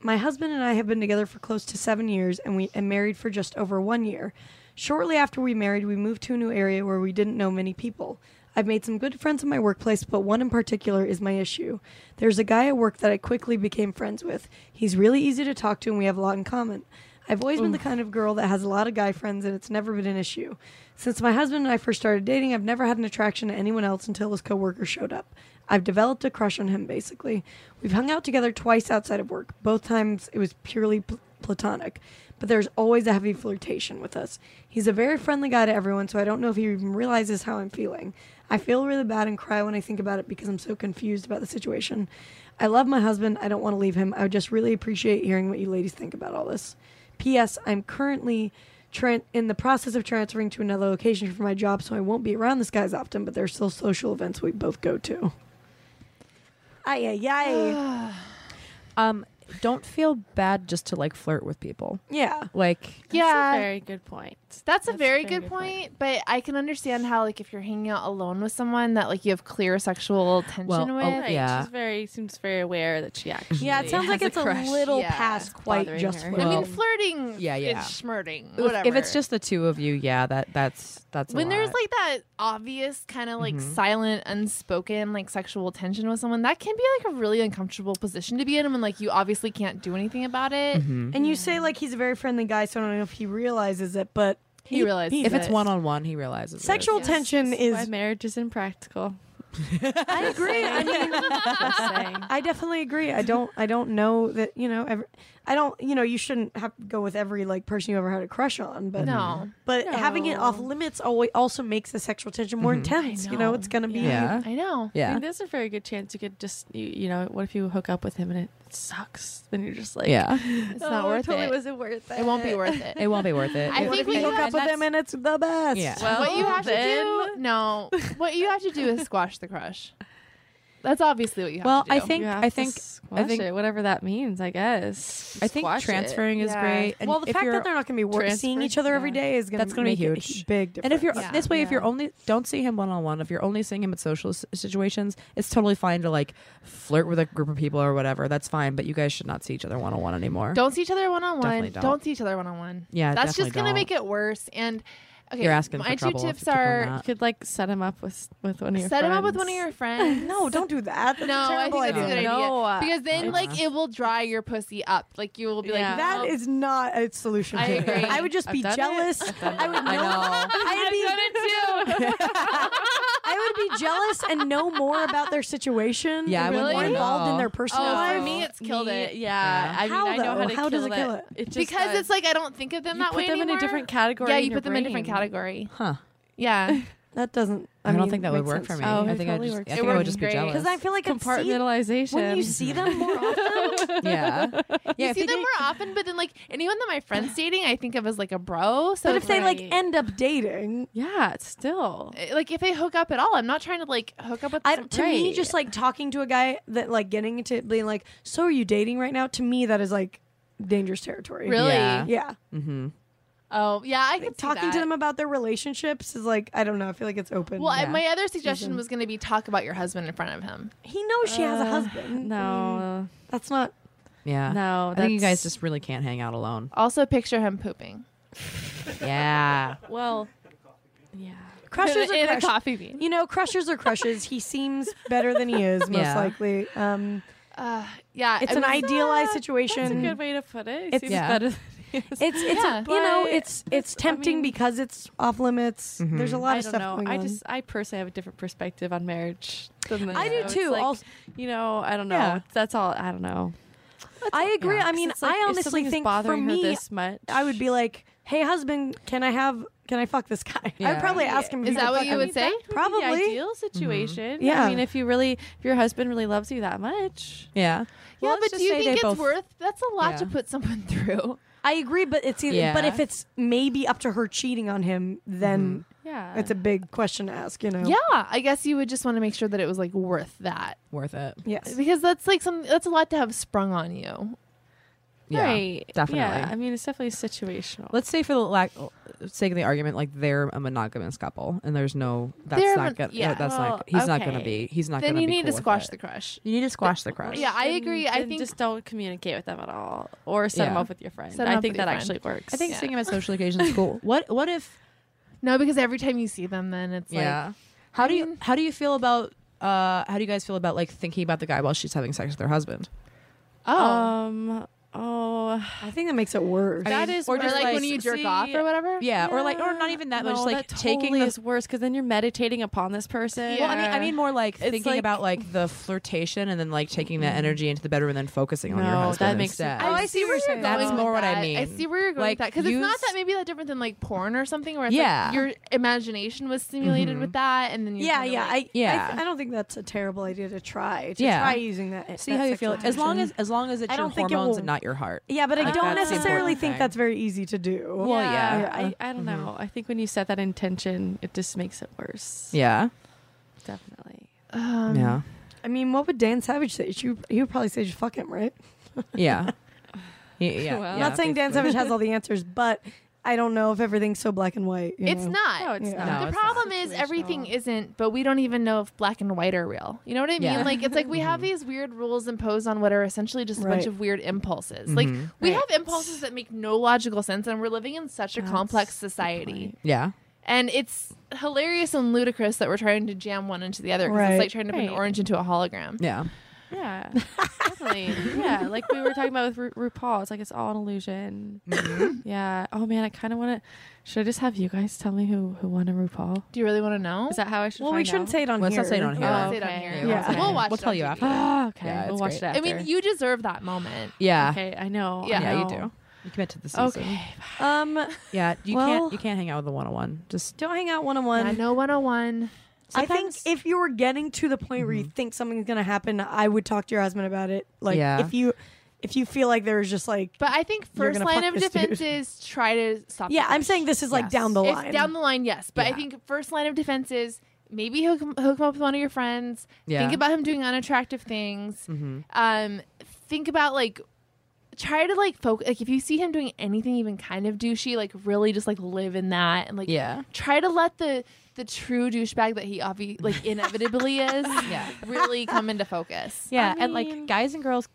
my husband and I have been together for close to seven years, and we and married for just over one year. Shortly after we married, we moved to a new area where we didn't know many people. I've made some good friends in my workplace, but one in particular is my issue. There's a guy at work that I quickly became friends with. He's really easy to talk to, and we have a lot in common. I've always been the kind of girl that has a lot of guy friends, and it's never been an issue. Since my husband and I first started dating, I've never had an attraction to anyone else until his coworker showed up. I've developed a crush on him, basically. We've hung out together twice outside of work. Both times it was purely pl- platonic, but there's always a heavy flirtation with us. He's a very friendly guy to everyone, so I don't know if he even realizes how I'm feeling. I feel really bad and cry when I think about it because I'm so confused about the situation. I love my husband. I don't want to leave him. I would just really appreciate hearing what you ladies think about all this. P.S. I'm currently tran in the process of transferring to another location for my job, so I won't be around this guy as often, but there's still social events we both go to. Ay, ay, ay.
Um, don't feel bad just to like flirt with people.
yeah.
Like
yeah.
That's a very good point.
That's a
That's
very good point, but I can understand how like if you're hanging out alone with someone that like you have clear sexual tension
Well,
with.
oh,
Right.
Yeah.
She's very seems very aware that she actually.
Yeah, it sounds
has
like it's a,
crush.
little
Yeah.
past quite
bothering
just
her.
I
Well-
mean, flirting.
Yeah, yeah.
Is smirting.
if-
Whatever.
if it's just the two of you, yeah, that that's that's a
when there's
lot. Mm-hmm.
like that obvious kind of like silent, unspoken like sexual tension with someone, that can be like a really uncomfortable position to be in when like you obviously can't do anything about it.
And you say like he's a very friendly guy, so I don't know if he realizes it, but
He realizes
he's
if it's
it.
one on one, he realizes it.
sexual tension
Why
is.
marriage is impractical.
I agree. I mean,
Just saying.
I definitely agree. I don't. I don't know that you know. Every, I don't. You know, you shouldn't have go with every like person you ever had a crush on. But
No,
but having it off limits always also makes the sexual tension more
Mm-hmm.
intense. You know,
know.
it's gonna be.
Yeah.
I know.
I
Yeah.
mean, there's a very good chance you could just, you, you know, what if you hook up with him and it sucks? Then you're just like,
yeah.
It's
Oh,
not worth
totally
Oh, it.
wasn't worth it.
it won't be worth it.
It won't be worth it.
I
What
think
if you
we
hook up
have-
with them and it's the best?
Yeah.
Well,
what you have
then-
to do? No, what you have to do is squash the crush. That's obviously what you have
Well,
to do.
I think
You have
I
to
think
squash
think-
it, whatever that means, I guess.
I think
Squash it.
transferring is
Yeah.
great. And
well, the
if
fact
you're-
that they're not going to be work, seeing
transferred,
each other every
yeah.
day is going
That's
to
gonna be
make a
huge.
big difference.
And if you're
Yeah.
this way, if you're
Yeah.
only don't see him one on one, if you're only seeing him at social s- situations, it's totally fine to like flirt with a group of people or whatever. That's fine, but you guys should not see each other one on one anymore.
don't see each other one on
Definitely
one.
don't.
Don't see each other one on one.
Yeah,
that's
definitely
just gonna
don't.
make it worse. And okay,
You're asking
my
for
two
trouble if
tips
you keep on
are
that.
You could like set him up with with one of your
set him up with one
friends.
of your friends.
no, don't do that. That's
No,
a
I
terrible
think that's a
idea.
good idea.
No.
Because then,
Yeah.
like, it will dry your pussy up. Like, you will be
Yeah.
like,
That
"Nope,
is not a solution.
I
to it.
agree.
I would just
I've
be
done it.
jealous.
I've done
I would
it.
know.
I know.
I'd be
I've done it too.
I would be jealous and know more about their situation.
Yeah,
and
I
be
wouldn't
more
wanna
involved
know.
in their personal
oh, for
life.
me, it's killed
Me-
it.
Yeah, I mean,
How,
I know
though?
how to
How
kill
does it kill it?
it just
because
does.
it's like I don't think of them
you
that
put
way
them in
anymore.
a different category.
Yeah,
in
you
your
put them in a different
brain.
category.
Huh.
Yeah,
That doesn't.
I, don't think that would work for me.
Oh,
I
it
think I
totally
just
works.
I
It
think I would
works
just be
great.
jealous.
Because I feel like I've seen,
Compartmentalization.
when you see them more often,
yeah. yeah.
you
if
see
they
them
did-
more often, but then like anyone that my friend's dating, I think of as like a bro. So
but
it's
if they like
like, eh,
end up dating,
yeah, it's still.
like if they hook up at all, I'm not trying to like hook up with.
I,
some-
to me,
Right.
just like talking to a guy that like getting into being like, so are you dating right now? To me, that is like dangerous territory.
really?
Yeah.
Yeah.
Mm-hmm.
Oh, yeah. I could see
Talking to
that.
them about their relationships is like, I don't know. I feel like it's open.
Well, I-
Yeah.
my other suggestion was going to be talk about your husband in front of him.
he knows she
Uh,
has a husband.
No, uh,
That's not.
yeah.
no.
I think you guys
that's-
just really can't hang out alone.
Also, picture him pooping.
Yeah.
well. Yeah.
Crushers
in,
are
a- in a
crushes.
coffee bean.
You know, crushers are crushes. he seems better than he is, most
Yeah.
likely. Um,
Uh, yeah,
it's
I uh,
an
mean,
idealized
That's a
situation.
good way to put it.
It's-
It's
Yeah.
better.
It's it's
Yeah.
you know
But
it's it's
I
tempting
mean-
because it's off limits.
Mhm.
There's a lot
I
of
don't
stuff
know.
going
I
on.
just I personally have a different perspective on marriage than this.
I do
so it's
too.
like,
also,
you know, I don't know.
Yeah.
That's all. I don't know.
I agree.
yeah.
I
'Cause
mean,
it's like,
I
if
honestly
something's
think for
bothering her
me,
this much,
I would be like, "Hey, husband, can I have? Can I fuck this guy?" I would
Yeah.
probably ask him. if
Is
he
that
could
what
fuck
you
him.
would say?
Probably.
the ideal situation.
Yeah.
I mean, if you really, if your husband really loves you that much,
Yeah.
Yeah,
Well, let's
but
just
do you
say they
think it's
both-
worth? That's a lot to
Yeah.
put someone through.
I agree, but it's either, but
Yeah.
if it's maybe up to her cheating on him, then
yeah,
it's a big question to ask. You know?
Yeah, I guess you would just want to make sure that it was like worth that
worth it?
Yes.
because that's like some that's a lot to have sprung on you.
Yeah.
right.
Definitely.
Yeah, I mean, it's definitely situational.
Let's say for the lack, sake of the argument, like they're a monogamous couple, and there's no that's
They're mon-
not gonna
yeah.
yeah, that's
Well,
not he's not gonna
okay.
be he's not
then
gonna
you
be
need
cool
to
with
squash
it.
the crush.
you need to squash the crush.
Yeah, I
Then-
agree. I
then
think-
just don't communicate with them at all, or set them
Yeah.
up with your friend.
Set 'em
I
up
think
with
that
your
actually works.
I think
Yeah.
seeing him at social occasions is cool. What what if
No, because every time you see them, then it's like
How do
mean-
you how do you feel about uh how do you guys feel about like thinking about the guy while she's having sex with her husband?
oh,
Um. Oh,
I think that makes it worse.
I mean,
that is
or
or
just
like
like-
when you jerk
see,
off or whatever.
Yeah, or like or not even that, but
no,
just like
that
taking
totally
the
is worse because then you're meditating upon this person.
Well, I mean, I mean more like
It's
thinking
like-
about like the flirtation and then like taking that energy into the bedroom and then focusing on your
No,
husband
that makes-
instead.
I see where you're
That's
going with
more what I
that. I
mean.
see where you're going
Like,
with that because it's not
use-
that maybe that different than like porn or something where it's
Yeah. Mm-hmm.
like your imagination was stimulated with that, and then you
yeah,
kinda,
yeah,
like-
I,
Yeah.
I, th- I don't think that's a terrible idea to try. To
Yeah.
try using that.
See
that
how you feel.
sexual
As long as
tension.
as long as it's
I
your
don't think it
hormones
will-
and not your heart.
yeah, but I
Like,
don't
that's the
necessarily
important
think
thing.
that's very easy to do.
Well, yeah.
I, I don't know. I think when you set that intention, it just makes it worse.
Yeah.
Definitely.
Um,
yeah.
I mean, what would Dan Savage say? She, he would probably say, "Just fuck him," right?
Yeah. Yeah, yeah,
Well-
yeah,
Not saying Dan
basically.
Savage has all the answers, but I don't know if everything's so black and white. you
It's
know?
not.
No, it's
Yeah.
not.
No,
the
it's not.
problem is everything
Situational.
isn't, but we don't even know if black and white are real. You know what I mean?
Yeah.
Like it's like we
Mm-hmm.
have these weird rules imposed on what are essentially just a bunch
Right.
of weird impulses. Like
Mhm.
we
Right.
have impulses that make no logical sense and we're living in such a
That's
complex
the
society.
point.
Yeah.
And it's hilarious and ludicrous that we're trying to jam one into the other 'cause
Right.
it's like trying to put an
Right.
orange into a hologram.
Yeah.
Yeah. Definitely. Yeah. Like we were talking about with Ru- RuPaul, it's like it's all an illusion. yeah. Oh man, I kind of want to. Should I just have you guys tell me who who won a RuPaul?
Do you really want to know?
Is that how I should?
Well, we
find
shouldn't
out?
say it on
Let's
here.
not say it on
Oh,
here.
I'll say it
Okay.
on here.
Yeah.
We'll
Okay.
We'll watch
We'll
it
tell
on
you
TV.
after.
Oh, okay.
Yeah,
we'll
it's
watch
great.
that.
I mean, you deserve that moment.
Yeah.
Okay, I know. I
Yeah.
Yeah, you
know.
do. You commit to the season.
Okay.
Um,
Yeah, you
Well-
can't you can't hang out with the one on one. Just
don't hang out one on
I
one.
know 101.
I think if you were getting to the point where you
Mm-hmm.
think something's gonna happen, I would talk to your husband about it. Like
Yeah.
if you if you feel like there's just like
But I think
You're
first
gonna
line
fuck
of
this
defense
dude.
is try to stop.
Yeah,
the
I'm
push.
saying this is like
Yes.
down the
If
line.
down the line, yes. But I
Yeah.
think first line of defense is Maybe hook him, hook him up with one of your friends.
Yeah.
Think about him doing unattractive things.
Mm-hmm.
Um, think about like try to like focus. Like if you see him doing anything even kind of douchey, like really just like live in that and like
Yeah.
try to let the the true douchebag that he obvi- like inevitably is
Yeah.
really come into focus.
Yeah,
I
and
mean-
like guys and girls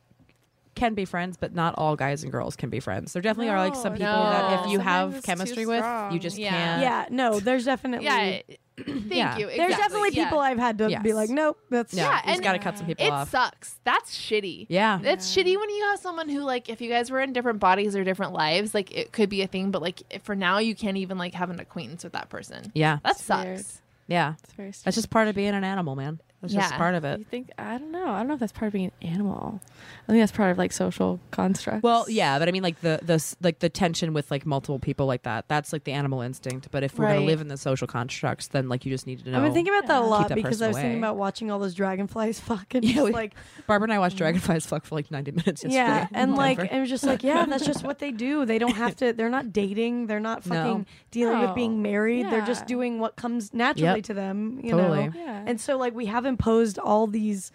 can be friends, but not all guys and girls can be friends. There definitely are like some
No,
people that if you
no.
have
Sometimes it's too
chemistry with, you
strong.
just
Yeah.
can't.
yeah, no, there's definitely
Yeah. Thank
Yeah.
you.
there's
Exactly.
definitely
Yeah.
people I've had to
Yes.
be like, nope, that's
No, you
Yeah,
just
and
got to cut some people
it
off.
sucks. That's shitty.
Yeah.
It's shitty when you have someone who like if you guys were in different bodies or different lives, like it could be a thing, but like if- for now you can't even like have an acquaintance with that person.
Yeah.
That
It's
sucks.
weird.
Yeah.
It's very strange.
That's just part of being an animal, man. That's just
Yeah.
part of
You
it.
think I don't know. I don't know if that's part of being an animal. I think that's part of like social constructs.
Well, yeah, but I mean like the the s- like the tension with like multiple people like that. That's like the animal instinct, but if we're going
Right.
to live in the social constructs, then like you just need to know.
I've been thinking about that a
Yeah.
lot
Keep that
because
person
I was thinking
away.
about watching all those dragonflies fucking
Yeah,
just
we-
like
Barbara and I
Mm.
watched Dragonflies fuck for like 90 minutes yesterday.
yeah, and like
Denver.
it was just like yeah, that's just what they do. They don't have to. They're not dating. They're not
No.
fucking dealing with being
No.
married. They're just
Yeah.
doing what comes naturally
Yep.
to them. You
Totally.
know.
Yeah.
And so like we have imposed all these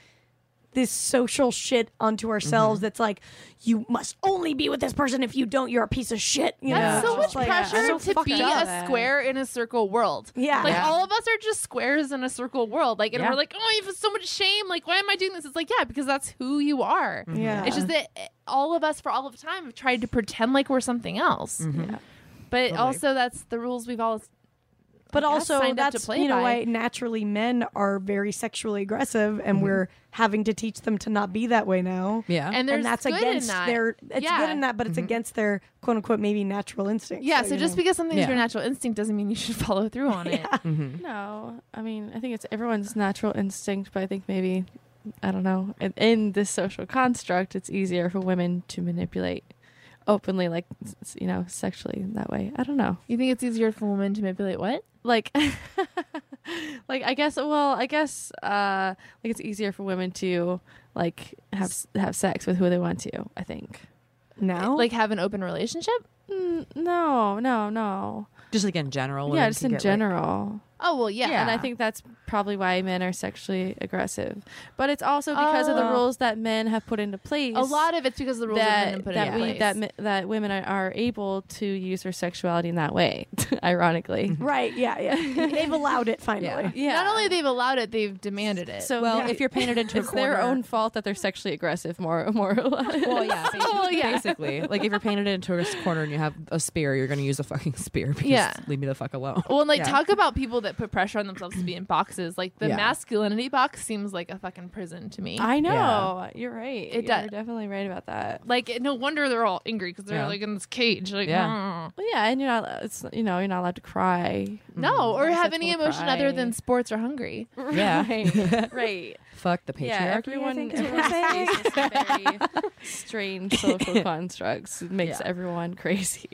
this social shit onto ourselves
Mm-hmm.
that's like you must only be with this person if you don't you're a piece of shit you
That's
know
so
It's
much
just like,
pressure
so
to
fucked
be
up.
a square in a circle world.
yeah
Like all of us are just squares in a circle world. Like and
Yeah.
we're like, oh, you have so much shame. Like why am I doing this? It's like yeah, because that's who you are.
yeah
It's just that eh, all of us for all of time have tried to pretend like we're something else.
Mm-hmm.
But also that's the rules we've all
but
guess,
also
signed up to
that's
play
you know
by.
why naturally men are very sexually aggressive and we're having to teach them to not be that way now
Mm-hmm. yeah.
and there's
and that's
good
against
in that.
their it's
Yeah.
good in that but it's against their quote unquote maybe natural instinct
Yeah, so,
you
just
know.
because something's your
Yeah.
natural instinct doesn't mean you should follow through on it.
Mm-hmm.
No, I mean, I think it's everyone's natural instinct, but I think maybe, I don't know, in, in this social construct, it's easier for women to manipulate openly, like, s- s- you know, sexually in that way. I don't know.
You think it's easier for women to manipulate what?
Like, like I guess. Well, I guess uh, like it's easier for women to like have s- have sex with who they want to. I think.
now
Like have an open relationship?
Mm, no, no, no.
just like in general.
yeah,
women
just
can
in
get, like-
general.
Oh well, yeah.
And I think that's probably why men are sexually aggressive. But it's also because of the
Oh.
rules that men have put into place.
a lot of it's because of the rules have been
that
put
that
in
we
place.
that mi- that women are, are able to use their sexuality in that way, ironically.
right yeah yeah they've allowed it finally
Yeah.
Not only they've allowed it, they've demanded it.
so
Well,
yeah,
if you're painted into a
it's their
corner-
own fault that they're sexually aggressive, more more or less.
Well, yeah, basically,
Well, yeah.
basically. Like if you're painted into a corner and you have a spear, you're going to use a fucking spear. Because
Yeah.
leave me the fuck alone.
well, and, like
Yeah.
talk about people that put pressure on themselves to be in boxes. Like the
Yeah.
masculinity box seems like a fucking prison to me.
I know
Yeah.
you're right.
It
you're
does.
definitely right about that.
like no wonder they're all angry because they're
Yeah.
like in this cage. Like
Yeah.
"Mm."
Well, yeah, and you're not. It's you know you're not allowed to cry.
no, or have
Sexual
any emotion other than
cry.
sports or hungry.
Yeah.
Right. right.
Fuck the patriarchy.
Yeah, everyone, everyone's face is very strange social constructs. It makes
Yeah.
everyone crazy.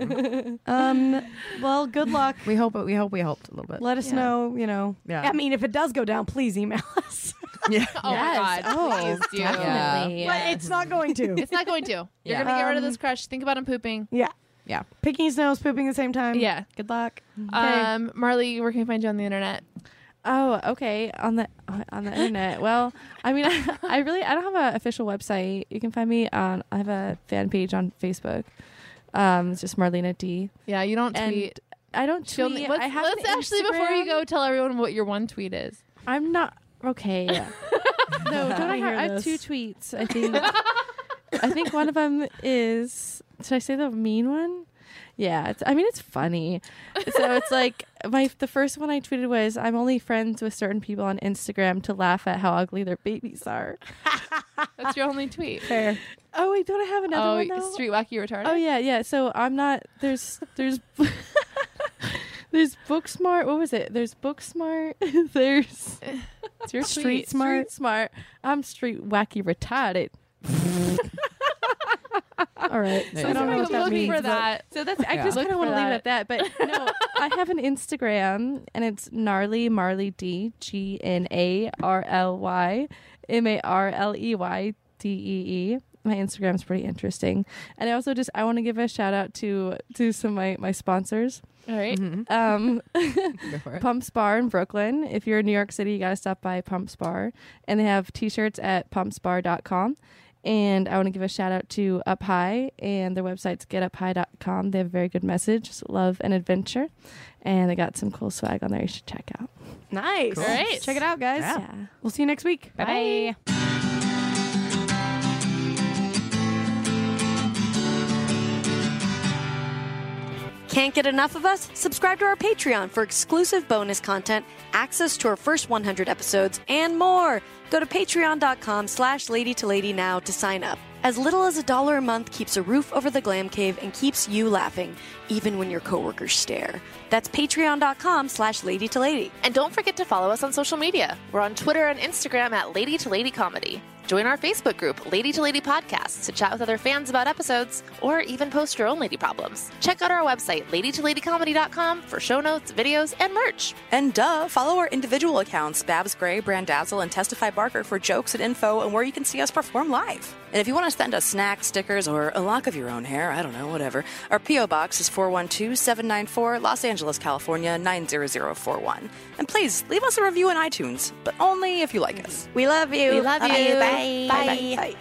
Mm-hmm.
um well good luck
we hope. We hope we helped a little bit.
let us
Yeah.
know you know
Yeah.
i mean if it does go down please email us
yeah.
Oh my god,
Yes. Oh,
please do.
definitely.
but it's not going to
It's not going to. You're
Yeah.
gonna get rid of
Um,
this crush. Think about him pooping.
yeah
Yeah.
picking his nose pooping at the same time
Yeah.
good luck
Um, Marley, where can we find you on the internet?
oh, okay. On the on the internet. Well, I mean, I, really I don't have an official website. You can find me on. I have a fan page on Facebook. Um, it's just Marlena D.
Yeah, you don't
And
tweet.
I don't
She'll-
tweet.
let's
I have
let's
an
actually before you
Instagram.
go tell everyone what your one tweet is.
I'm not okay. no, don't I,
hear
have, I
this.
have two tweets. I think. I think one of them is. Should I say the mean one? Yeah, it's, I mean it's funny. So it's like my the first one I tweeted was I'm only friends with certain people on Instagram to laugh at how ugly their babies are.
That's your only tweet.
fair
Oh wait, don't I have another
oh,
one though?
street wacky retarded.
Oh yeah, yeah. So I'm not there's there's there's Booksmart. What was it? There's Booksmart. there's
it's your
street,
tweet.
smart. smart. I'm street wacky retarded.
all right
There you
so i don't
go.
know what
Somebody
that
look
means
for
but-
that.
So that's I
Yeah.
just
Look
kind of want
for
to leave it at that. But no, I have an Instagram and it's gnarly Marley D G N A R L Y M A R L E Y D E E. my Instagram's pretty interesting. And I also just I want to give a shout out to to some of my my sponsors.
All right.
Mm-hmm.
Um,
Go for it.
Pumps Bar in Brooklyn. If you're in New York City, you got to stop by Pumps Bar. And they have t shirts at pumpsbar.com. And I want to give a shout out to Up High and their website's getuphigh.com. They have a very good message, just love and adventure. And they got some cool swag on there you should check out.
Nice.
Cool. Great.
Check it out, guys.
Yeah.
We'll see you next week.
Bye. Bye.
Can't get enough of us? Subscribe to our Patreon for exclusive bonus content, access to our first 100 episodes, and more. Go to patreon.com slash lady to lady now to sign up. As little as a dollar a month keeps a roof over the glam cave and keeps you laughing, even when your coworkers stare. That's patreon.com slash lady to lady.
And don't forget to follow us on social media. We're on Twitter and Instagram at Lady to Lady Comedy. Join our Facebook group, Lady to Lady Podcasts, to chat with other fans about episodes or even post your own lady problems. Check out our website, ladytoladycomedy.com, for show notes, videos, and merch.
And duh, follow our individual accounts, Babs Gray, Brandazzle, and Testify Barker for jokes and info and where you can see us perform live. And if you want to send us snacks, stickers, or a lock of your own hair, I don't know, whatever, our P.O. Box is 412-794, Los Angeles, California, 90041. And please, leave us a review on iTunes, but only if you like us.
We love you.
We love you.
Bye. Bye. Bye. Bye.